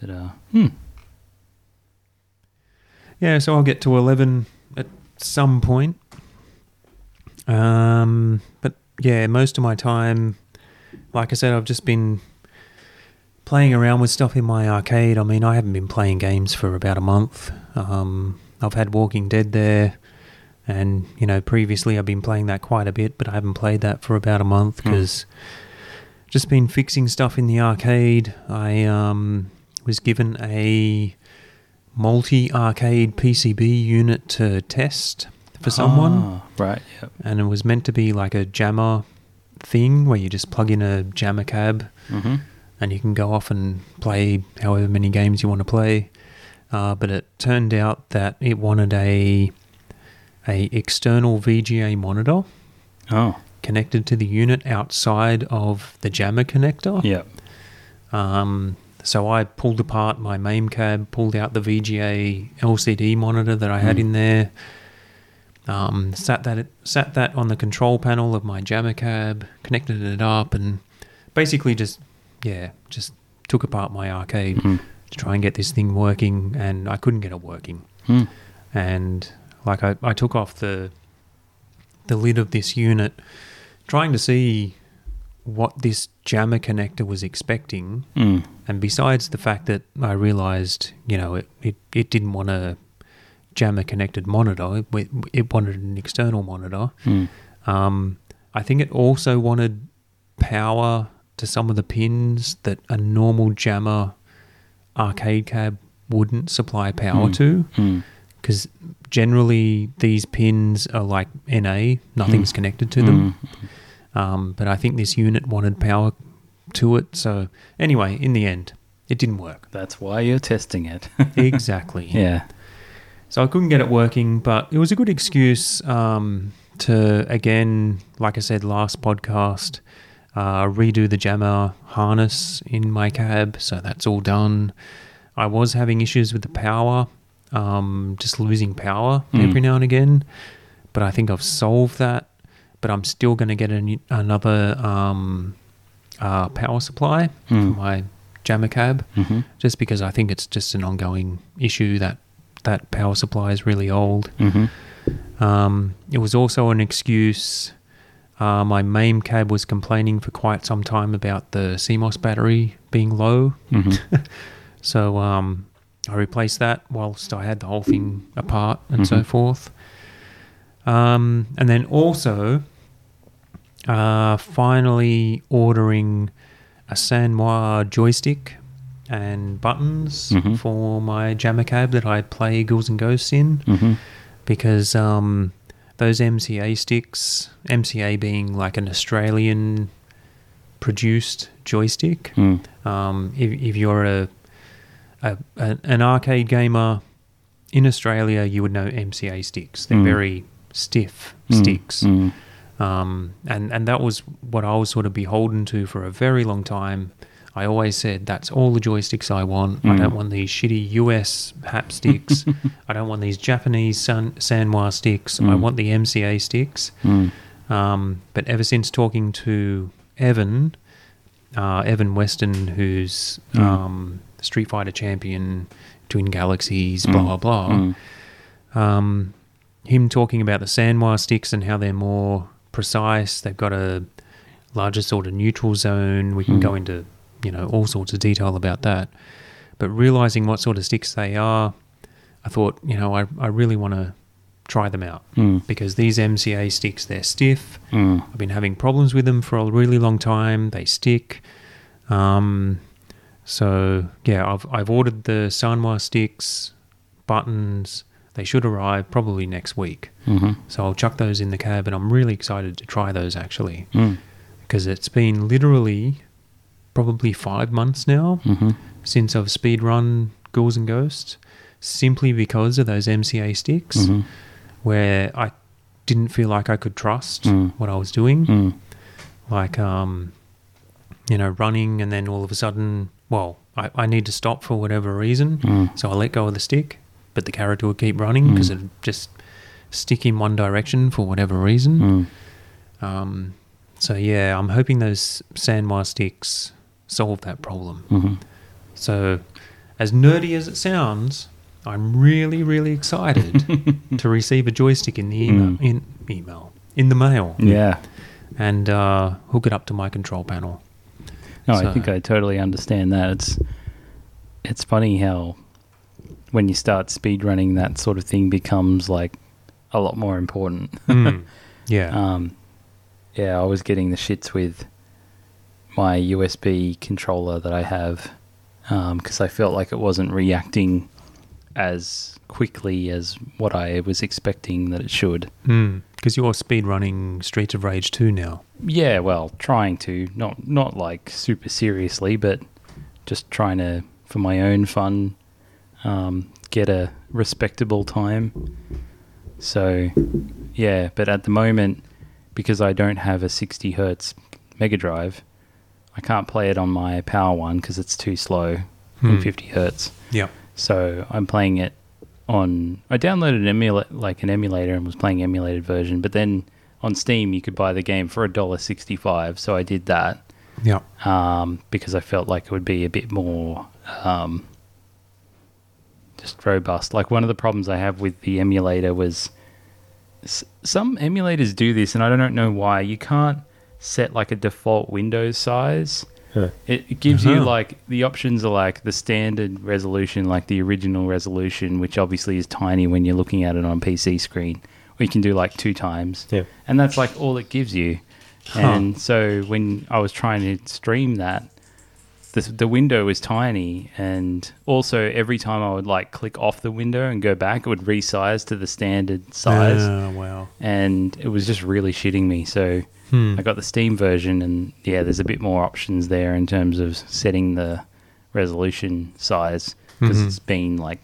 But uh, hmm. Yeah, so I'll get to 11 at some point. Um, but yeah, most of my time, like I said, I've just been playing around with stuff in my arcade. I mean, I haven't been playing games for about a month. Um, I've had Walking Dead there, and you know, previously I've been playing that quite a bit, but I haven't played that for about a month Hmm. because just been fixing stuff in the arcade. I um, was given a multi arcade PCB unit to test for someone Ah, right? Yep. and it was meant to be like a jammer thing where you just plug in a jammer cab Mm-hmm. and you can go off and play however many games you want to play. Uh, but it turned out that it wanted a a external VGA monitor Oh, connected to the unit outside of the jammer *laughs* connector. yep. Um, so I pulled apart my main cab, pulled out the VGA LCD monitor that I had Mm. in there, um, sat that sat that on the control panel of my jammer cab, connected it up, and basically just yeah, just took apart my arcade Mm. to try and get this thing working, and I couldn't get it working. Hmm. And like I, I took off the the lid of this unit, trying to see what this jammer connector was expecting. Mm. And besides the fact that I realized, you know, it, it, it didn't want a jammer connected monitor, it, it wanted an external monitor. Mm. Um, I think it also wanted power to some of the pins that a normal jammer arcade cab wouldn't supply power Mm. to Mm. because generally these pins are like NA, nothing's connected to them. Um, but I think this unit wanted power to it. So, anyway, in the end, it didn't work. That's why you're testing it. *laughs* Exactly. yeah. So I couldn't get it working, but it was a good excuse um, to, again, like I said last podcast, uh, redo the jammer harness in my cab. So that's all done. I was having issues with the power, um, just losing power Mm. every now and again, but I think I've solved that. But I'm still going to get a new, another um, uh, power supply Mm. for my jammer cab hmm just because I think it's just an ongoing issue that that power supply is really old. hmm Um, it was also an excuse. Uh, my main cab was complaining for quite some time about the CMOS battery being low, hmm so um, I replaced that whilst I had the whole thing apart and so Mhm. forth. Um, and then also, uh, finally ordering a Sanwa joystick and buttons Mhm. for my jammer cab that I play Ghouls and Ghosts in hmm because um, those MCA sticks, MCA being like an Australian produced joystick, Mm. um, if, if you're a, a, a an arcade gamer in Australia, you would know MCA sticks. They're Mm. very stiff Mm. sticks, Mm. um, and and that was what I was sort of beholden to for a very long time. I always said that's all the joysticks I want. I Mm. don't want these shitty US hap *laughs* sticks. I don't want these Japanese San- Sanwa sticks. I Mm. want the MCA sticks. Mm. Um, but ever since talking to Evan, uh, Evan Weston, who's Mm. um, Street Fighter champion, Twin Galaxies, blah, blah, blah, Mm. um, him talking about the Sanwa sticks and how they're more precise, they've got a larger sort of neutral zone. We can Mm. go into, you know, all sorts of detail about that. But realizing what sort of sticks they are, I thought, you know, I, I really want to try them out Mm. because these MCA sticks, they're stiff. Mm. I've been having problems with them for a really long time. They stick. Um, so yeah, I've I've ordered the Sanwa sticks, buttons. They should arrive probably next week. Mhm. So I'll chuck those in the cab, and I'm really excited to try those actually Mm. because it's been literally probably five months now Mhm. since I've speedrun Ghouls and Ghosts simply because of those MCA sticks Mhm. where I didn't feel like I could trust Mm. what I was doing Mm. like um, you know running and then all of a sudden well I, I need to stop for whatever reason Mm. so i let go of the stick but the character would keep running because it would just stick in one direction for whatever reason Mm. um, so yeah i'm hoping those sandwire sticks solve that problem Mhm. so as nerdy as it sounds i'm really really excited *laughs* to receive a joystick in the email Mm. in email in the mail Yeah. and uh, hook it up to my control panel No, So- I think I totally understand that. It's it's funny how when you start speedrunning, that sort of thing becomes like a lot more important. *laughs* Mm. Yeah. Um, yeah, I was getting the shits with my USB controller that I have because I felt like it wasn't reacting as quickly as what I was expecting that it should. Mm. Because you're speedrunning Streets of Rage 2 now. Yeah, well, trying to not not like super seriously, but just trying to for my own fun um, get a respectable time. So, yeah, but at the moment, because I don't have a 60 hertz Mega Drive, I can't play it on my Power One because it's too slow Hmm. in 50 hertz. Yeah. So I'm playing it on. I downloaded an emula- like an emulator and was playing emulated version, but then on Steam you could buy the game for a dollar sixty five. So I did that Yeah. um, because I felt like it would be a bit more um, just robust. Like one of the problems I have with the emulator was s- some emulators do this, and I don't know why. You can't set like a default window size. Huh. It, it gives you Uh-huh. like the options are like the standard resolution, like the original resolution, which obviously is tiny when you're looking at it on a PC screen. Or you can do like two times, Yeah. and that's like all it gives you. And so when I was trying to stream that, the, the window was tiny and also every time i would like click off the window and go back it would resize to the standard size Ah, wow. and it was just really shitting me so Hmm. i got the steam version and yeah there's a bit more options there in terms of setting the resolution size because Mhm. it's been like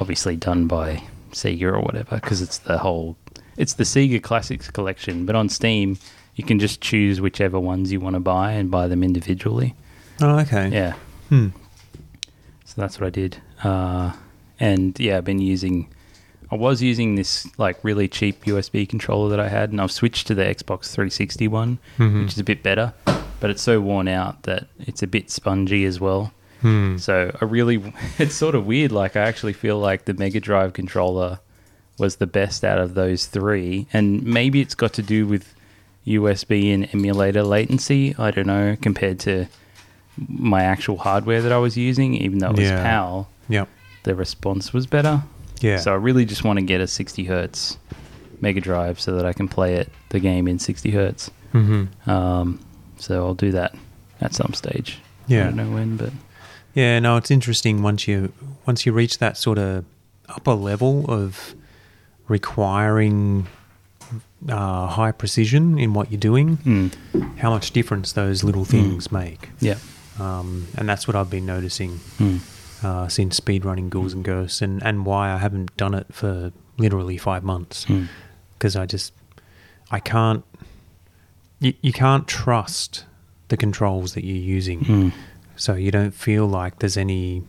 obviously done by sega or whatever because it's the whole it's the sega classics collection but on steam you can just choose whichever ones you want to buy and buy them individually Oh, okay. yeah Hmm. so that's what I did. Uh, and yeah, I've been using, I was using this like really cheap USB controller that I had, and I've switched to the Xbox 360 one, Mhm. which is a bit better, but it's so worn out that it's a bit spongy as well. Hmm. So I really, *laughs* it's sort of weird. Like I actually feel like the Mega Drive controller was the best out of those three, and maybe it's got to do with USB and emulator latency. I don't know compared to my actual hardware that I was using, even though it was Yeah. PAL, Yep. the response was better. Yeah. So I really just want to get a 60 hertz Mega Drive so that I can play it the game in 60 hertz. hmm Um, so I'll do that at some stage. I Yeah. don't know when, but Yeah, no, it's interesting once you once you reach that sort of upper level of requiring uh, high precision in what you're doing, mm, how much difference those little things make. yeah. Um, and that's what I've been noticing Mm. uh, since speedrunning Ghouls and Ghosts and, and why I haven't done it for literally five months. Mm. Because I just, I can't, you, you can't trust the controls that you're using. Mm. So you don't feel like there's any.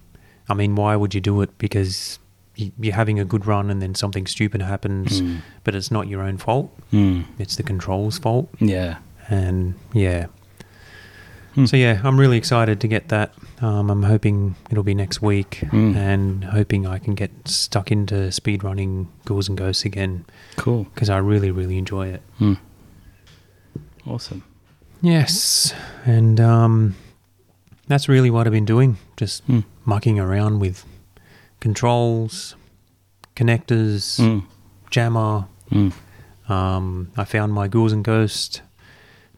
I mean, why would you do it? Because y- you're having a good run and then something stupid happens, Mm. but it's not your own fault. Mm. It's the controls' fault. Yeah. And yeah. Hmm. So yeah, I'm really excited to get that. Um, I'm hoping it'll be next week, Hmm. and hoping I can get stuck into speedrunning Ghouls and Ghosts again Cool. because I really, really enjoy it. Mm. Awesome. Yes, and um, that's really what I've been doing, just Mm. mucking around with controls, connectors, Mm. jammer. Mm. Um, I found my Ghouls and Ghost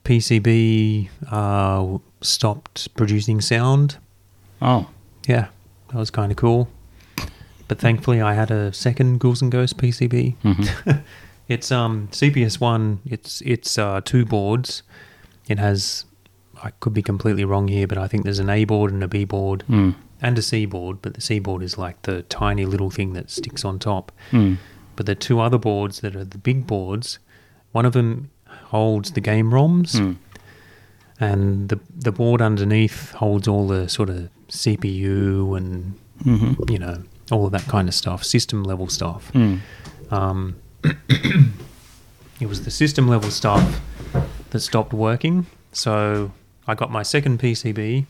PCB uh, stopped producing sound. Oh. Yeah, that was kind of cool. But thankfully, I had a second Ghouls and Ghost PCB. Mm-hmm. *laughs* It's um CPS one. It's it's uh, two boards. It has. I could be completely wrong here, but I think there's an A board and a B board mm. and a C board. But the C board is like the tiny little thing that sticks on top. Mm. But the two other boards that are the big boards, one of them holds the game ROMs, Mm. and the the board underneath holds all the sort of CPU and Mm-hmm. you know all of that kind of stuff, system level stuff. Mm. Um, it was the system level stuff that stopped working. So I got my second PCB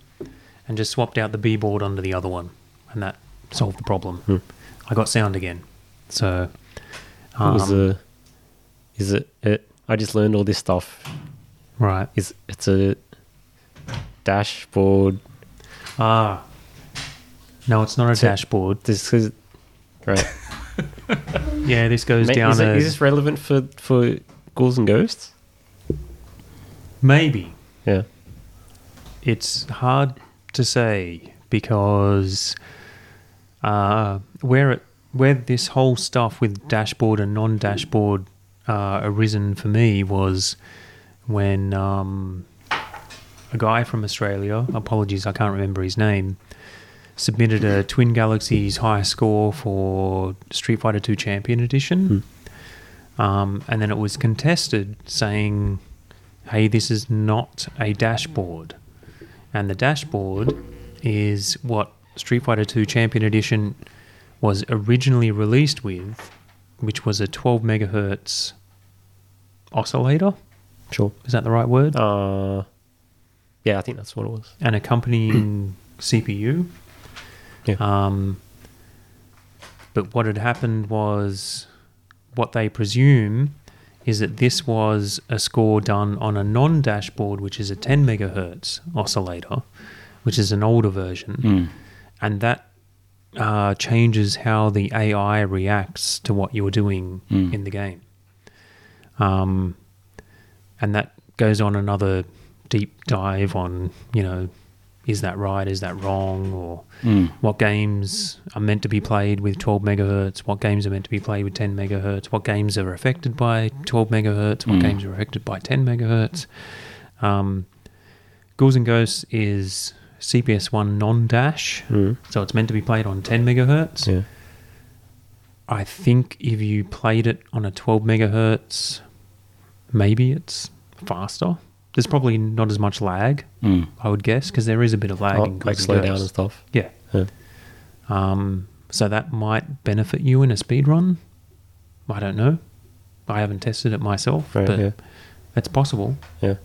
and just swapped out the B board onto the other one, and that solved the problem. Hmm. I got sound again. So What um, was the? Is it, it? I just learned all this stuff. right? Is it's a dashboard? Ah, no, it's not a So- dashboard. This is right. Yeah, this goes Ma- down is, it- a is this relevant for for ghouls and ghosts? maybe. Yeah. It's hard to say because uh, where it where this whole stuff with dashboard and non-dashboard uh, arisen for me was when um, a guy from Australia, apologies, I can't remember his name, submitted a Twin Galaxies high score for Street Fighter Two Champion Edition, um, and then it was contested, saying, "Hey, this is not a dashboard." and the dashboard is what Street Fighter II Champion Edition was originally released with, which was a 12 megahertz oscillator. Sure. Is that the right word? Uh, yeah, I think that's what it was. An accompanying CPU. Yeah. Um, but what had happened was what they presume is that this was a score done on a non dashboard, which is a 10 megahertz oscillator, which is an older version. And that uh, changes how the AI reacts to what you're doing in the game. Um, and that goes on another deep dive on, you know, is that right? Is that wrong? Or what games are meant to be played with 12 megahertz, what games are meant to be played with 10 megahertz, what games are affected by 12 megahertz, Mm. what games are affected by 10 megahertz. Um, Ghouls and Ghosts is CPS1 non dash, so it's meant to be played on 10 megahertz. Mm. Yeah. I think if you played it on a 12 megahertz, maybe it's faster. There's probably not as much lag, Mm. I would guess, because there is a bit of lag Oh, in like Ghouls slow and down and Ghosts. stuff. Yeah. Yeah. Um, so that might benefit you in a speed run. I don't know. I haven't tested it myself, Right, but yeah. it's possible. Yeah.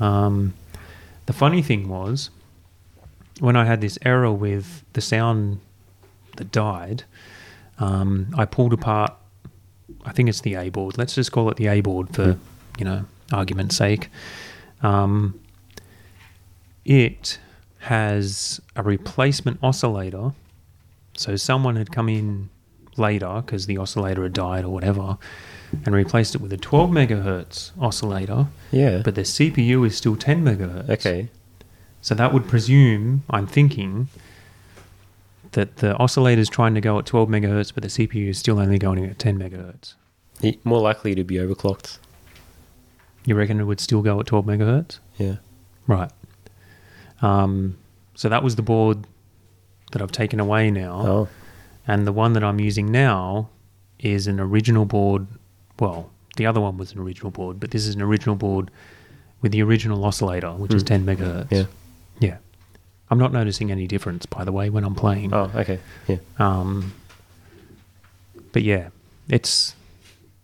Um, the funny thing was, when I had this error with the sound that died, um, I pulled apart. I think it's the A board. Let's just call it the A board for you know argument's sake. Um, it has a replacement oscillator. So someone had come in later because the oscillator had died or whatever, and replaced it with a 12 megahertz oscillator Yeah. but the CPU is still 10 megahertz. okay. So that would presume, I'm thinking, that the oscillator is trying to go at 12 megahertz, but the CPU is still only going at 10 megahertz. Y- More likely to be overclocked. You reckon it would still go at 12 megahertz? Yeah. Right. Um, so that was the board that I've taken away now. Oh. And the one that I'm using now is an original board. Well, the other one was an original board, but this is an original board with the original oscillator, which is 10 megahertz. Hmm. Yeah. Yeah. I'm not noticing any difference, by the way, when I'm playing. Oh. Okay. Yeah. Um, but yeah, it's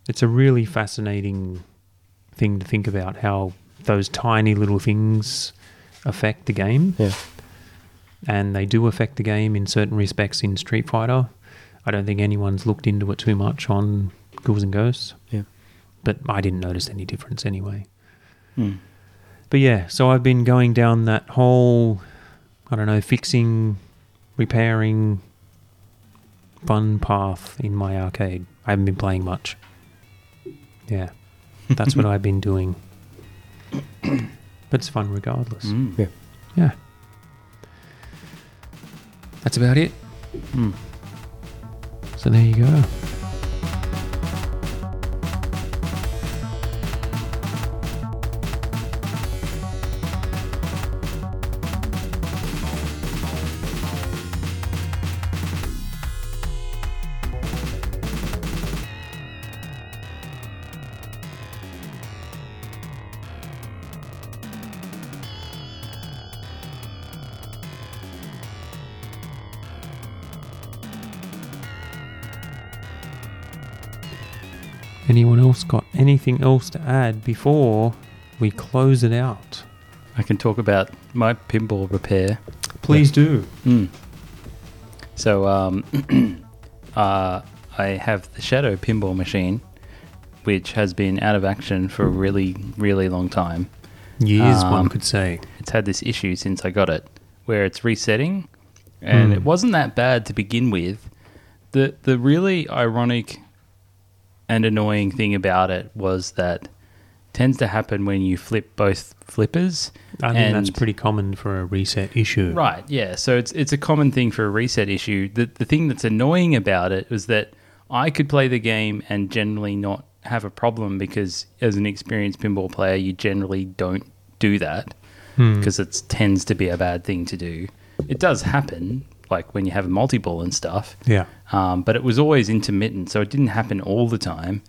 it's a really fascinating thing to think about how those tiny little things affect the game Yeah. and they do affect the game in certain respects in Street Fighter. I don't think anyone's looked into it too much on Ghouls and Ghosts, Yeah. but I didn't notice any difference anyway. Mm. But yeah, so I've been going down that whole, I don't know, fixing, repairing, fun path in my arcade. I haven't been playing much. Yeah, that's what I've been doing. But it's fun regardless. Mm. Yeah. Yeah. That's about it. Mm. So there you go. Anyone else got anything else to add before we close it out? I can talk about my pinball repair. Please do. Mm. So um, *clears throat* uh, I have the Shadow pinball machine, which has been out of action for a really, really long time. Years, one Um, could say. It's had this issue since I got it, where it's resetting, and Hmm. it wasn't that bad to begin with. the The really ironic and annoying thing about it was that tends to happen when you flip both flippers. I think that's and- pretty common for a reset issue. Right, yeah. So it's it's a common thing for a reset issue. The the thing that's annoying about it was that I could play the game and generally not have a problem because as an experienced pinball player, you generally don't do that Hmm. Mm. because it tends to be a bad thing to do. It does happen, like when you have a multi ball and stuff Yeah. um, but it was always intermittent, so it didn't happen all the time.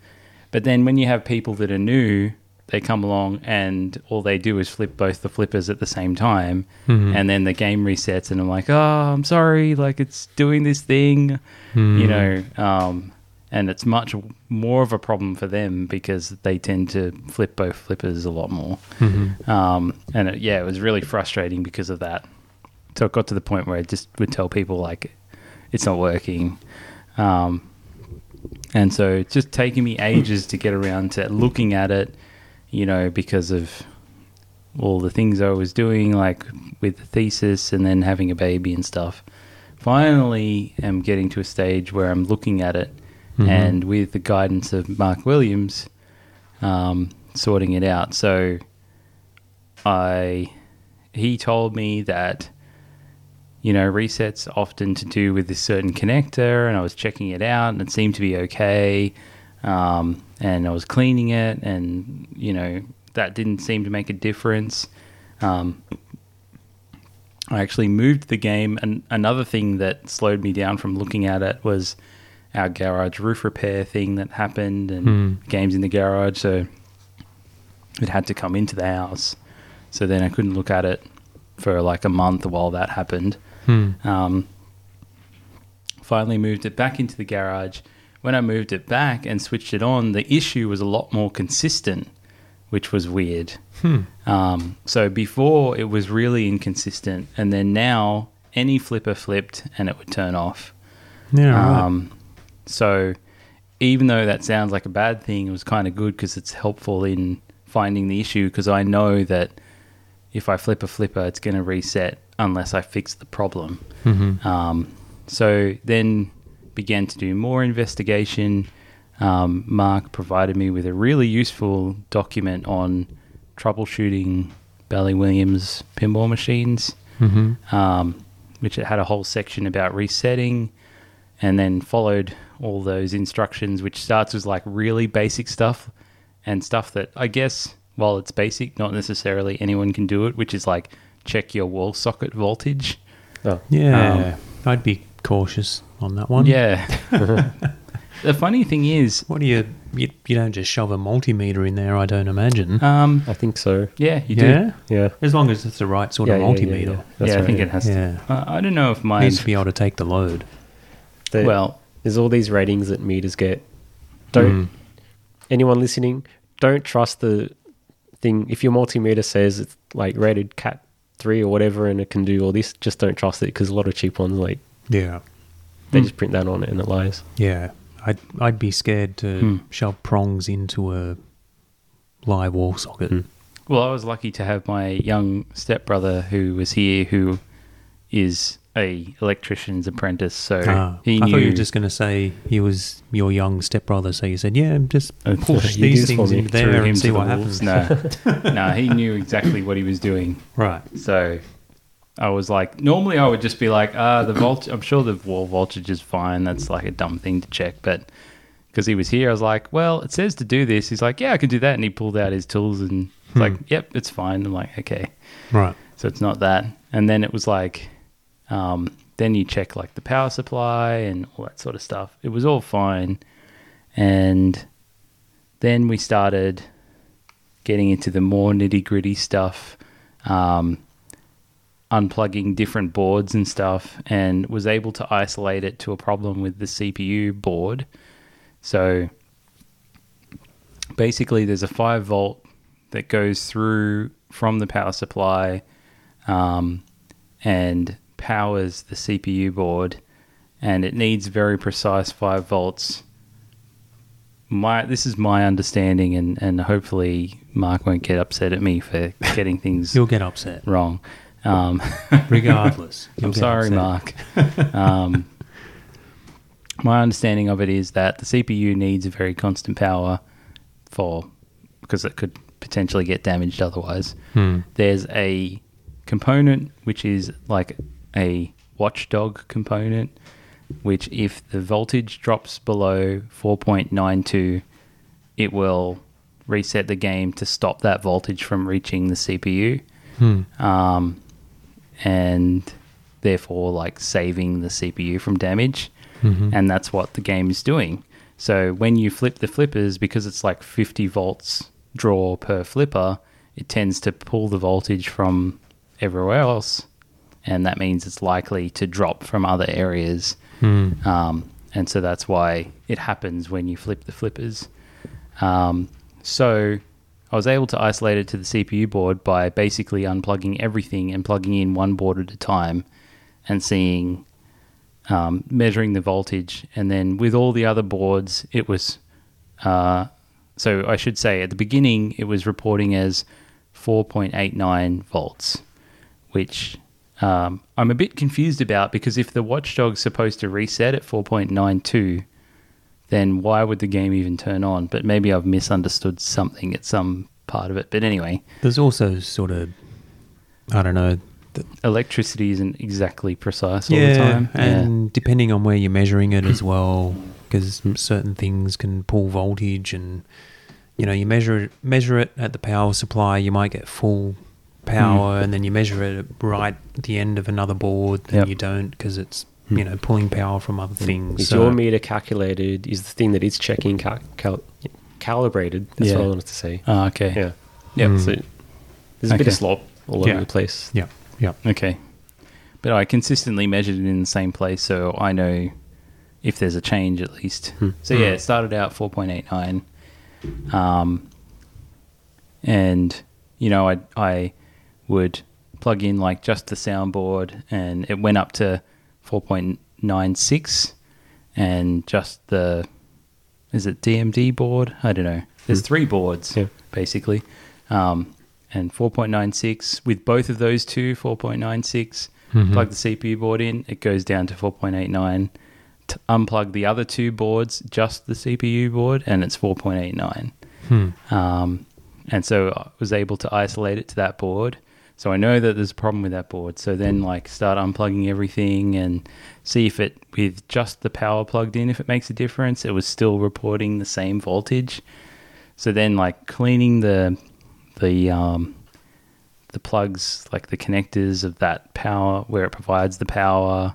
But then when you have people that are new, they come along and all they do is flip both the flippers at the same time, and then the game resets, and I'm like, oh, I'm sorry, like it's doing this thing, you know. Um, and it's much more of a problem for them because they tend to flip both flippers a lot more. Mm-hmm. Um, and it, yeah, it was really frustrating because of that. So it got to the point where I just would tell people like, it's not working. Um, And so it's just taken me ages to get around to looking at it, you know, because of all the things I was doing, like with the thesis and then having a baby and stuff. Finally, am getting to a stage where I'm looking at it Mhm. and with the guidance of Mark Williams, um, sorting it out. So I, he told me that you know, resets often to do with this certain connector, and I was checking it out, and it seemed to be okay. Um, and I was cleaning it, and you know, that didn't seem to make a difference. Um, I actually moved the game, and another thing that slowed me down from looking at it was our garage roof repair thing that happened, and Hmm. games in the garage, so it had to come into the house. So then I couldn't look at it for like a month while that happened. Hmm. Um, finally moved it back into the garage. When I moved it back and switched it on, the issue was a lot more consistent, which was weird. Um, so before it was really inconsistent, and then now any flipper flipped and it would turn off. Yeah. right. Um, so even though that sounds like a bad thing, it was kind of good because it's helpful in finding the issue because I know that if I flip a flipper, it's going to reset unless I fix the problem. Mm-hmm. Um, so then began to do more investigation. Um, Mark provided me with a really useful document on troubleshooting Bally Williams pinball machines Mhm. um, which it had a whole section about resetting and then followed all those instructions, which starts with like really basic stuff and stuff that I guess, while it's basic, not necessarily anyone can do it, which is like check your wall socket voltage. Oh, Yeah. I'd be cautious on that um, one. Yeah. *laughs* the funny thing is, What do you, you? You don't just shove a multimeter in there. I don't imagine. um, I think so. yeah, you yeah. do. Yeah. As long as it's the right sort yeah, of yeah, yeah, multimeter. yeah. That's yeah, I right, think yeah. it has Yeah. to. I I don't know if mine. Needs to be able to take the load. There- Well, there's all these ratings that meters get. Don't anyone listening, don't trust the thing. If your multimeter says it's like rated Cat three or whatever, and it can do all this, just don't trust it because a lot of cheap ones like Yeah. they just print that on it and it lies. Yeah. I'd I'd be scared to Hmm. shove prongs into a live wall socket. Well, I was lucky to have my young stepbrother who was here, who is a electrician's apprentice. So Ah, he I knew. thought you were just going to say he was your young stepbrother, so you said, "Yeah, just *laughs* That's push right. You these do this things for me. into threw there him and to see the what wolves. happens." No, *laughs* no, he knew exactly what he was doing. Right? So I was like, normally I would just be like, ah, the volt. I'm sure the wall voltage is fine. That's like a dumb thing to check, but because he was here, I was like, well, it says to do this. He's like, yeah, I can do that, and he pulled out his tools and it's like, yep, it's fine. I'm like, okay. Right. so it's not that. And then it was like, um, then you check like the power supply and all that sort of stuff. It was all fine, and then we started getting into the more nitty gritty stuff, um, unplugging different boards and stuff, and was able to isolate it to a problem with the CPU board. So basically, there's a five volt that goes through from the power supply um, and powers the CPU board, and it needs very precise five volts. My this is my understanding, and and hopefully Mark won't get upset at me for getting things *laughs* You'll *laughs* get upset, wrong. Um, *laughs* regardless. You'll I'm get sorry, upset. Mark. um, *laughs* my understanding of it is that the CPU needs a very constant power for because it could potentially get damaged otherwise. Hmm. There's a component which is like a watchdog component, which if the voltage drops below 4.92, it will reset the game to stop that voltage from reaching the CPU Hmm. um, and therefore like saving the CPU from damage. And that's what the game is doing. So when you flip the flippers, because it's like 50 volts draw per flipper, it tends to pull the voltage from everywhere else. And that means it's likely to drop from other areas. Um, and so that's why it happens when you flip the flippers. Um, so I was able to isolate it to the CPU board by basically unplugging everything and plugging in one board at a time and seeing um, measuring the voltage, and then with all the other boards, it was. Uh, so I should say at the beginning, it was reporting as 4.89 volts, which um, I'm a bit confused about because if the watchdog's supposed to reset at 4.92, then why would the game even turn on? But maybe I've misunderstood something at some part of it. But anyway, There's also sort of, I don't know, th- electricity isn't exactly precise all the time. and depending on where you're measuring it as well, because certain things can pull voltage, and you know you measure it, measure it at the power supply, you might get full power, and then you measure it at right at the end of another board, then Yep. you don't because it's you know pulling power from other Mm. things. Is so- your meter calculated? Is the thing that it's checking cal- cal- calibrated? That's what Yeah. I wanted to say. Ah, okay. Yeah. Yep. So there's a bit Okay. of slop all over Yeah. the place. yeah, yeah, Okay. But I consistently measured it in the same place, so I know if there's a change at least. So yeah, it started out 4.89. Um, and, you know, I, I would plug in like just the soundboard and it went up to 4.96 and just the, is it DMD board? I don't know. There's three boards Yeah. basically. Um, and 4.96 with both of those two 4.96 plug the cpu board in it goes down to 4.89 T unplug the other two boards just the cpu board and it's 4.89 um, and so i was able to isolate it to that board so i know that there's a problem with that board so then like start unplugging everything and see if it with just the power plugged in if it makes a difference it was still reporting the same voltage so then, like cleaning the the um, the plugs, like the connectors of that power where it provides the power,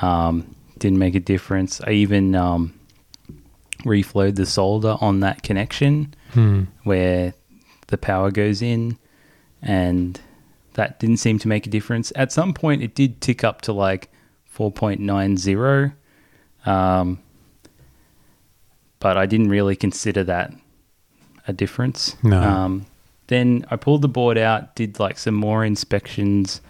um, didn't make a difference. I even um, reflowed the solder on that connection where the power goes in, and that didn't seem to make a difference. At some point, it did tick up to like four point nine zero. Um, but I didn't really consider that a difference. No. Um, then I pulled the board out, did like some more inspections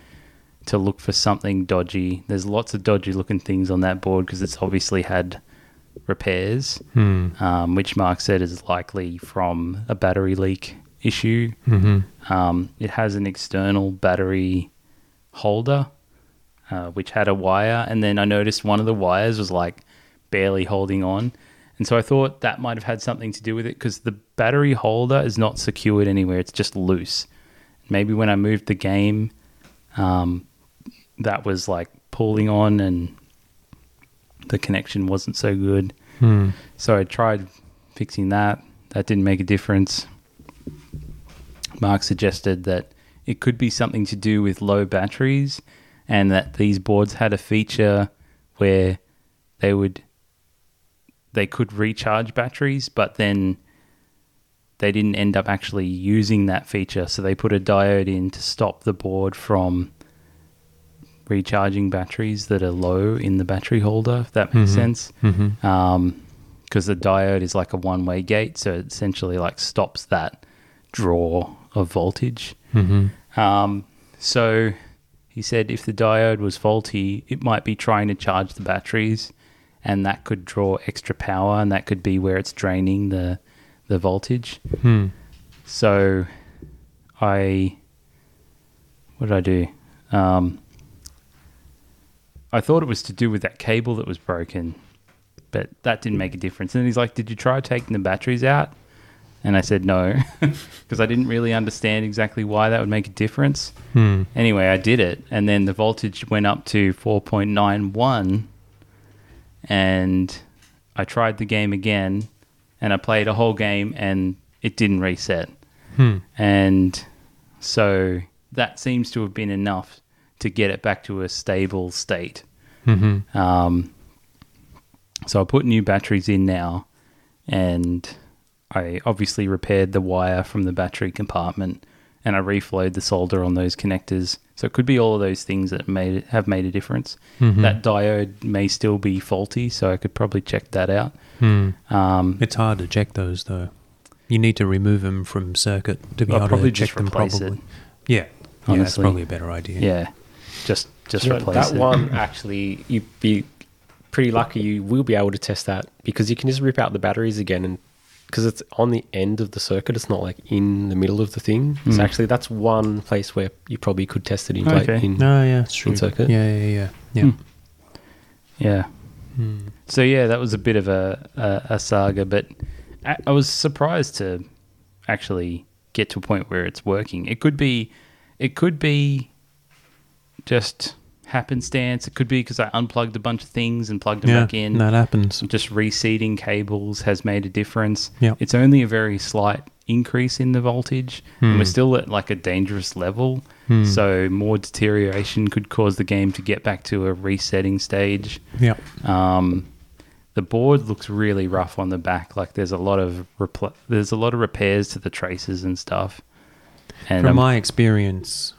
to look for something dodgy. There's lots of dodgy looking things on that board because it's obviously had repairs, um, which Mark said is likely from a battery leak issue. Um, it has an external battery holder, uh, which had a wire, and then I noticed one of the wires was like barely holding on. And so I thought that might have had something to do with it because the battery holder is not secured anywhere, it's just loose. Maybe when I moved the game, um, that was like pulling on and the connection wasn't so good. So I tried fixing that. That didn't make a difference. Mark suggested that it could be something to do with low batteries and that these boards had a feature where they would they could recharge batteries but then they didn't end up actually using that feature so they put a diode in to stop the board from recharging batteries that are low in the battery holder if that makes sense Mhm. um, because the diode is like a one way gate, so it essentially like stops that draw of voltage. Um, so he said if the diode was faulty, it might be trying to charge the batteries, and that could draw extra power, and that could be where it's draining the the voltage. So I what did I do? Um, I thought it was to do with that cable that was broken, but that didn't make a difference. And he's like, "Did you try taking the batteries out?" And I said no, *laughs* because I didn't really understand exactly why that would make a difference. Anyway, I did it, and then the voltage went up to four point nine one, and I tried the game again, and I played a whole game, and it didn't reset. And so that seems to have been enough to get it back to a stable state. Um, so I put new batteries in now, and I obviously repaired the wire from the battery compartment, and I reflowed the solder on those connectors. So it could be all of those things that made it, have made a difference. That diode may still be faulty, so I could probably check that out. Um, Mm. it's hard to check those though. You need to remove them from circuit to be I'll able probably to check just them. replace Probably, it. yeah, yeah, that's Honestly. probably a better idea. yeah, just just You know, replace that it. one actually, you'd be pretty lucky, you will be able to test that because you can just rip out the batteries again, and because it's on the end of the circuit, it's not like in the middle of the thing. Hmm. Mm. So actually, that's one place where you probably could test it in, like, Okay. in No, Ah, yeah, it's in circuit. Yeah, yeah, yeah, yeah. Hmm. Yeah. So yeah, that was a bit of a a, a saga, but I, I was surprised to actually get to a point where it's working. It could be, it could be just happenstance. It could be because I unplugged a bunch of things and plugged them yeah, back in. that happens. Just reseeding cables has made a difference. Yeah. It's only a very slight increase in the voltage, and Hmm. we're still at like a dangerous level. So more deterioration could cause the game to get back to a resetting stage. Yeah, Um, the board looks really rough on the back. Like there's a lot of repl- there's a lot of repairs to the traces and stuff. And from um, my experience,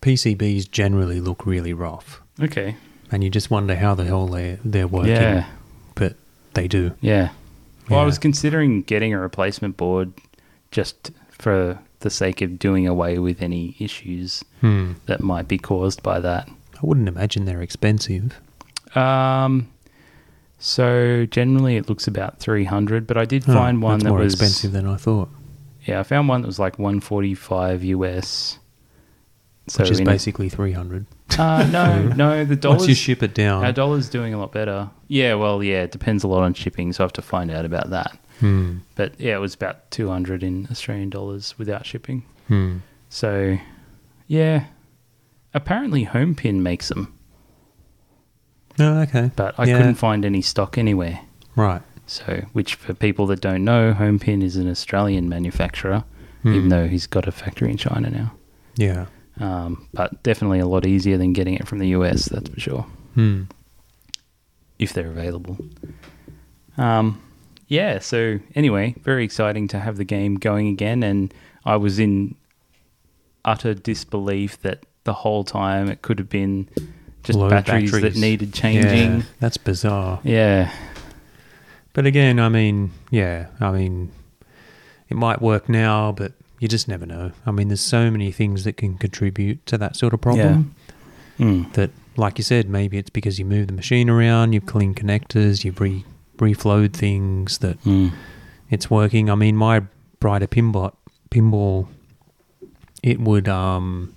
PCBs generally look really rough, okay, and you just wonder how the hell they they're working. Yeah. but they do. yeah. Well, I Yeah. was considering getting a replacement board just for the sake of doing away with any issues Hmm. that might be caused by that. I wouldn't imagine they're expensive. Um, so generally it looks about 300, but I did find Oh, one that's that more was expensive than I thought, Yeah, I found one that was like 145 US. So which is in- basically three hundred. Uh, no, *laughs* no, the Once dollars. you ship it down, our dollar's doing a lot better. Yeah, well, yeah, it depends a lot on shipping, so I have to find out about that. Hmm. But yeah, it was about 200 in Australian dollars without shipping. Hmm. So, yeah. Apparently, Homepin makes them, Oh, okay. but I Yeah, couldn't find any stock anywhere. Right. So, which for people that don't know, Homepin is an Australian manufacturer, even Hmm. though he's got a factory in China now. Yeah. Um, but definitely a lot easier than getting it from the US, that's for sure. Hmm. if they're available. Um, yeah, so anyway, very exciting to have the game going again. And I was in utter disbelief that the whole time it could have been just Low batteries, that batteries. needed changing. Yeah, that's bizarre. Yeah. But again, I mean, yeah, I mean, it might work now, but you just never know. I mean, there's so many things that can contribute to that sort of problem Mm. that, like you said, maybe it's because you move the machine around, you've cleaned connectors, you've re- reflowed things that Mm. it's working. I mean, my brighter pinbot pinball, it would um,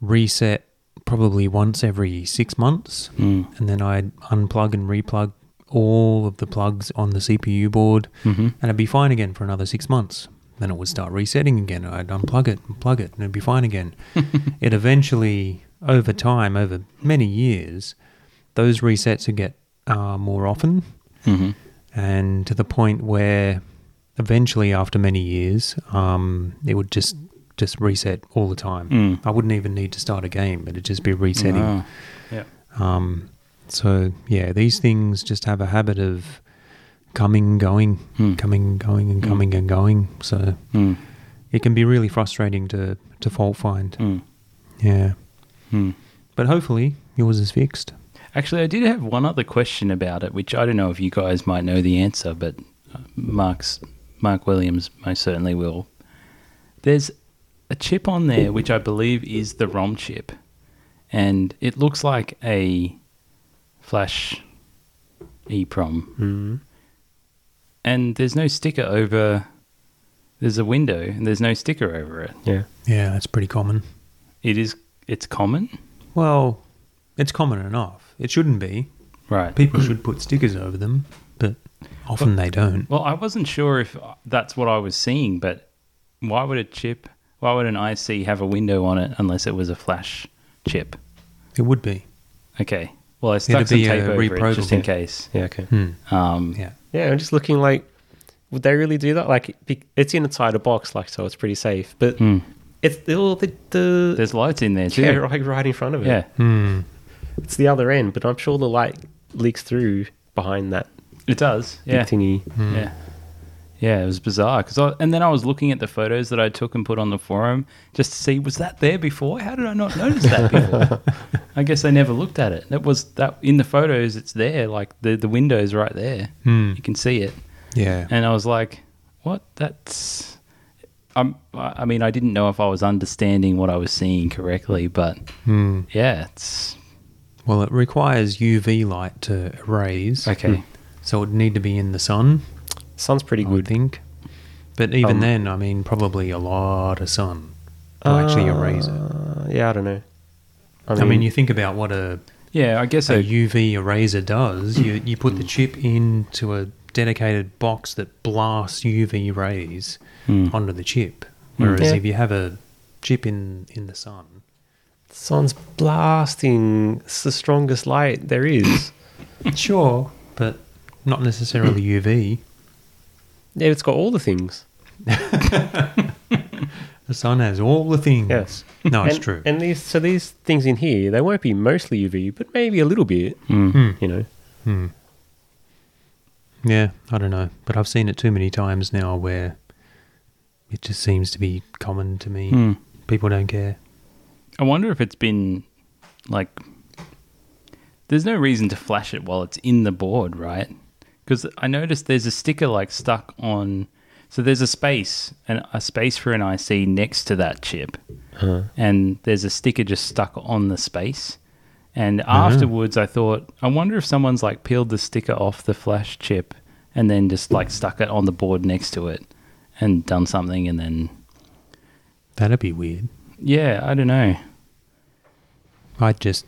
reset probably once every six months Mm. and then I'd unplug and replug all of the plugs on the CPU board, Mhm. and it'd be fine again for another six months. Then it would start resetting again. I'd unplug it and plug it, and it'd be *laughs* fine again. it eventually, over time, over many years, those resets would get uh, more often, Mhm. and to the point where eventually, after many years, um, it would just just reset all the time. Mm. I wouldn't even need to start a game; it'd just be resetting. Ah, Yeah. Um, so yeah, these things just have a habit of coming and going, Hmm. coming and going and Hmm. coming and going. So Mm. it can be really frustrating to to fault find. Mm. Yeah, Mm. but hopefully yours is fixed. Actually, I did have one other question about it, which I don't know if you guys might know the answer, but uh, Mark's Mark Williams most certainly will. There's a chip on there which I believe is the ROM chip, and it looks like a flash EEPROM, Mm. and there's no sticker over. There's a window, and there's no sticker over it. Yeah. Yeah, that's pretty common. It is. It's common, Well, it's common enough. It shouldn't be. right? People should put stickers over them, but often they don't. Well, I wasn't sure if that's what I was seeing, but why would a chip, why would an IC have a window on it unless it was a flash chip? It would be. Okay. Well, I stuck It'd some be tape a over it just reprobable. in case. Yeah. Okay. Hmm. Um, Yeah. Yeah, I'm just looking like, would they really do that? Like, it be- it's inside a box, like so it's pretty safe. But Hmm. it's still the the There's lights in there too. yeah, Yeah. right, right in front of it. Hmm. it's the other end, but I'm sure the light leaks through behind that it does. big Yeah. thingy. Hmm. Yeah. Yeah, it was bizarre because, I, and then I was looking at the photos that I took and put on the forum just to see was that there before? How did I not notice that *laughs* before? I guess I never looked at it. That was that in the photos. It's there, like the the window's right there. Hmm. You can see it. Yeah. and I was like, "What? That's." I'm, I I mean, I didn't know if I was understanding what I was seeing correctly, but Hmm. yeah, it's Well, it requires UV light to erase, Okay. so it would need to be in the sun, Sun's pretty I would good. think. But even Um, then, I mean, probably a lot of sun will actually erase it. Uh, yeah, I don't know. I I mean, you think about what a Yeah, I guess a I, UV eraser does. You you put the Mm. chip into a dedicated box that blasts UV rays Hmm. onto the chip. Whereas Mm. Yeah. if you have a chip in in the *laughs* sun, sun's blasting. It's the strongest light there *coughs* is. sure, but not necessarily UV. yeah, it's got all the things. The sun has all the things. Yes. No, it's and, true. And these, so these things in here, they won't be mostly UV, but maybe a little bit. Hmm. You know, yeah, I don't know, but I've seen it too many times now where it just seems to be common to me. Hmm. People don't care. I wonder if it's been like. There's no reason to flash it while it's in the board, right? Because I noticed there's a sticker like stuck on. So there's a space and a space for an IC next to that chip, and there's a sticker just stuck on the space. And afterwards, I thought, I wonder if someone's like peeled the sticker off the flash chip and then just like stuck it on the board next to it and done something, and then That'd be weird. yeah, I don't know. I'd just,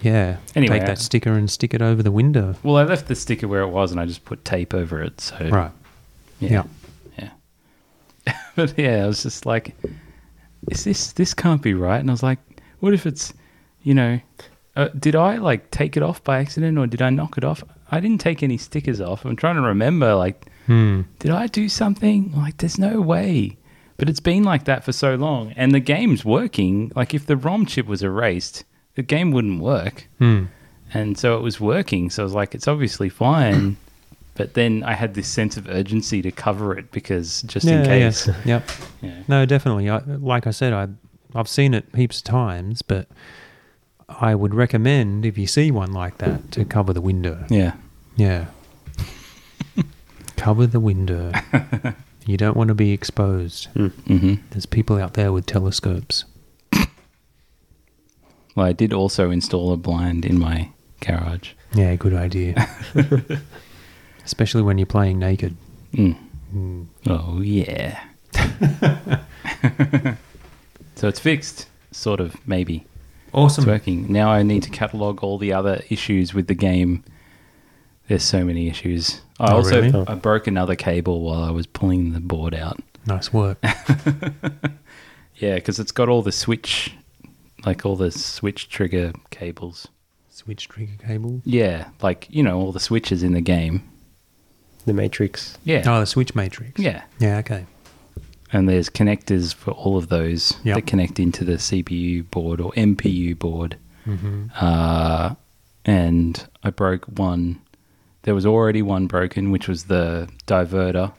yeah, Anyway, take I- that sticker and stick it over the window. Well, I left the sticker where it was, and I just put tape over it. So Right. Yeah. yeah. *laughs* but yeah, I was just like, "Is this this can't be right?" And I was like, "What if it's, you know, uh, did I like take it off by accident, or did I knock it off? I didn't take any stickers off. I'm trying to remember, like, Hmm. did I do something? Like, there's no way." But it's been like that for so long, and the game's working. Like, if the ROM chip was erased, the game wouldn't work Hmm. and so it was working. So I was like, it's obviously fine. *clears throat* but then I had this sense of urgency to cover it because just in case. *laughs* *laughs* yeah. yep. Yeah. No, definitely. I, like I said, I I've seen it heaps of times, but I would recommend if you see one like that to cover the window. Yeah. Yeah. cover *laughs* the window. you don't want to be exposed. hmm There's people out there with telescopes. Well, I did also install a blind in my garage. Yeah, *laughs* good idea. Especially when you're playing naked. Mm. Mm. Oh, yeah. *laughs* *laughs* so it's fixed, sort of, maybe. It's Awesome. working. Now I need to catalog all the other issues with the game. There's so many issues. I Oh, also really? I broke another cable while I was pulling the board out. *laughs* Nice work. Yeah, because it's got all the switch, like all the switch trigger cables. Switch trigger cable. Yeah, like you know all the switches in the game. the Matrix. Yeah, Oh, the switch matrix. yeah, Yeah, okay. and there's connectors for all of those Yep. that connect into the CPU board or MPU board. hmm Uh, and I broke one. There was already one broken, which was the diverter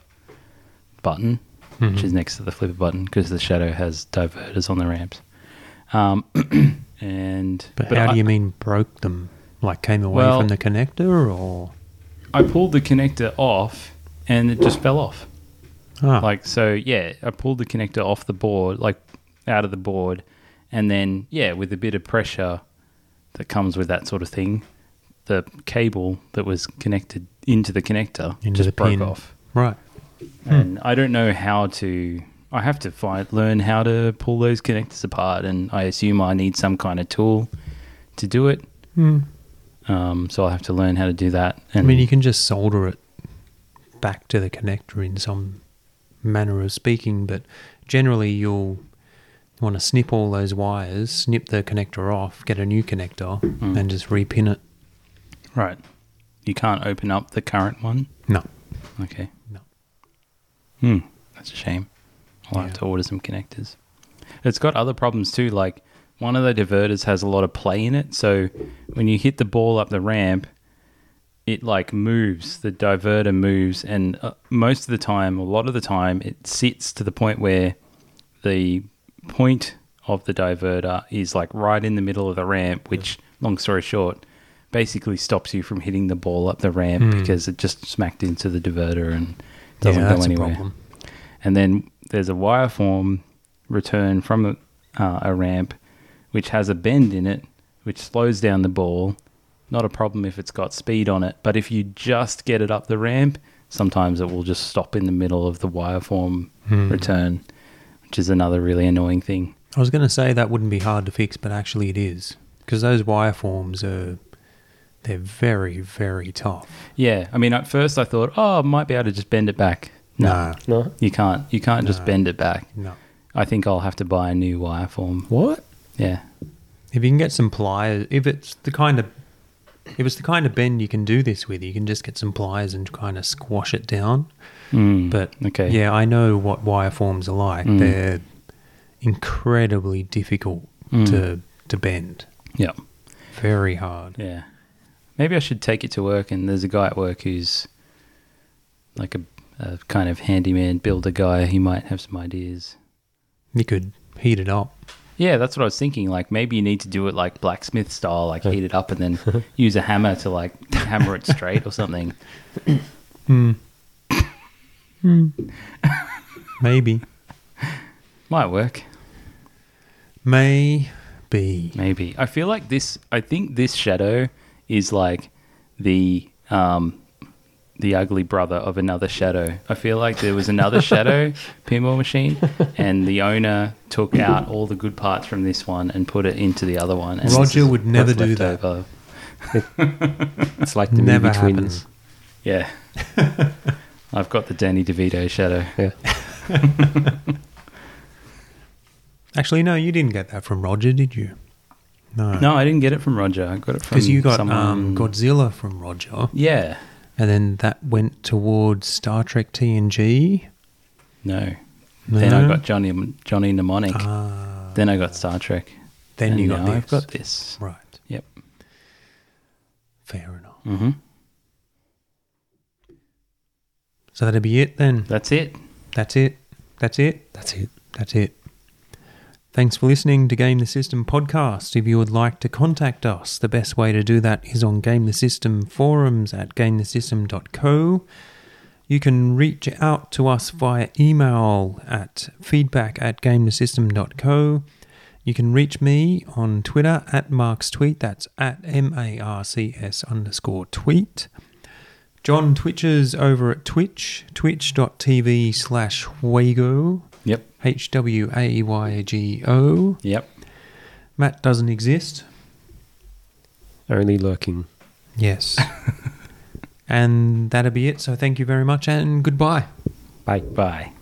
button, which Mm-hmm. is next to the flipper button because the shadow has diverters on the ramps. Um, *clears throat* and But, how I- do you mean broke them? Like came away Well- from the connector or? I pulled the connector off and it just fell off. Ah, Like so yeah, I pulled the connector off the board, like out of the board and then yeah, with a bit of pressure that comes with that sort of thing, the cable that was connected into the connector into just the broke pin. Hmm. off. Right. And I don't know how to I have to find learn how to pull those connectors apart and I assume I need some kind of tool to do it. Um, so I'll have to learn how to do that. Hmm. I And mean, you can just solder it back to the connector in some manner of speaking, but generally you'll want to snip all those wires, snip the connector off, get a new connector, and just repin it. Right. You can't open up the current one. No. Okay. No. Hmm. That's a shame. I'll Yeah. have to order some connectors. It's got other problems too. Like one of the diverters has a lot of play in it, so when you hit the ball up the ramp, it like moves. The diverter moves, and uh, most of the time, a lot of the time, it sits to the point where the point of the diverter is like right in the middle of the ramp, which, long story short, basically stops you from hitting the ball up the ramp Hmm. because it just smacked into the diverter and doesn't yeah, go that's anywhere a problem. and then there's a wire form return from a, uh, a ramp which has a bend in it which slows down the ball. Not a problem if it's got speed on it, but if you just get it up the ramp, sometimes it will just stop in the middle of the wireform Hmm. return, which is another really annoying thing. I was going to say that wouldn't be hard to fix, but actually it is because those wire forms are they're very very tough. Yeah, I mean, at first I thought, oh, I might be able to just bend it back. No, No. you can't. You can't just No. bend it back. no. I think I'll have to buy a new wireform. What? Yeah, If you can get some pliers, if it's the kind of if it's the kind of bend you can do this with, you can just get some pliers and kind of squash it down. mm. But okay, Hmm. yeah, I know what wire forms are like. Mm. They're incredibly difficult Mm. to to bend. yeah, Very hard. yeah. Maybe I should take it to work. And there's a guy at work who's like a, a kind of handyman builder guy. He might have some ideas. You could heat it up. Yeah, that's what I was thinking. Like maybe you need to do it like blacksmith style, like heat it up and then use a hammer to like *laughs* hammer it straight or something. Maybe. Might work. Maybe. Maybe. I feel like this I think this shadow is like the um the ugly brother of another shadow. I feel like there was another shadow pinball machine and the owner took out all the good parts from this one and put it into the other one. And this Roger is would never what's do left that. over. It's like the Never movie twins. happens. *laughs* Yeah. I've got the Danny DeVito shadow. Yeah. Actually, no, you didn't get that from Roger, did you? No. No, I didn't get it from Roger. I got it from Because you got someone- um, Godzilla from Roger, Yeah. and then that went towards Star Trek TNG. No. Then I No? got Johnny Johnny Mnemonic. Ah, then I got Star Trek. then and you got now this. I've got this. Right. Yep. Fair enough. hmm So that'd be it then. That's it. That's it. That's it. That's it. That's it. Thanks for listening to Game the System podcast. If you would like to contact us, the best way to do that is on Game the System forums at gamethesystem.co. You can reach out to us via email at feedback at gamethesystem.co. You can reach me on Twitter at Mark's Tweet. That's at M A R C S underscore tweet. John Twitches over at Twitch, twitch.tv slash Wago. Yep. H W A Y G O. Yep. Matt doesn't exist. Only lurking. *laughs* Yes. and that'll be it. So thank you very much and goodbye. Bye. Bye.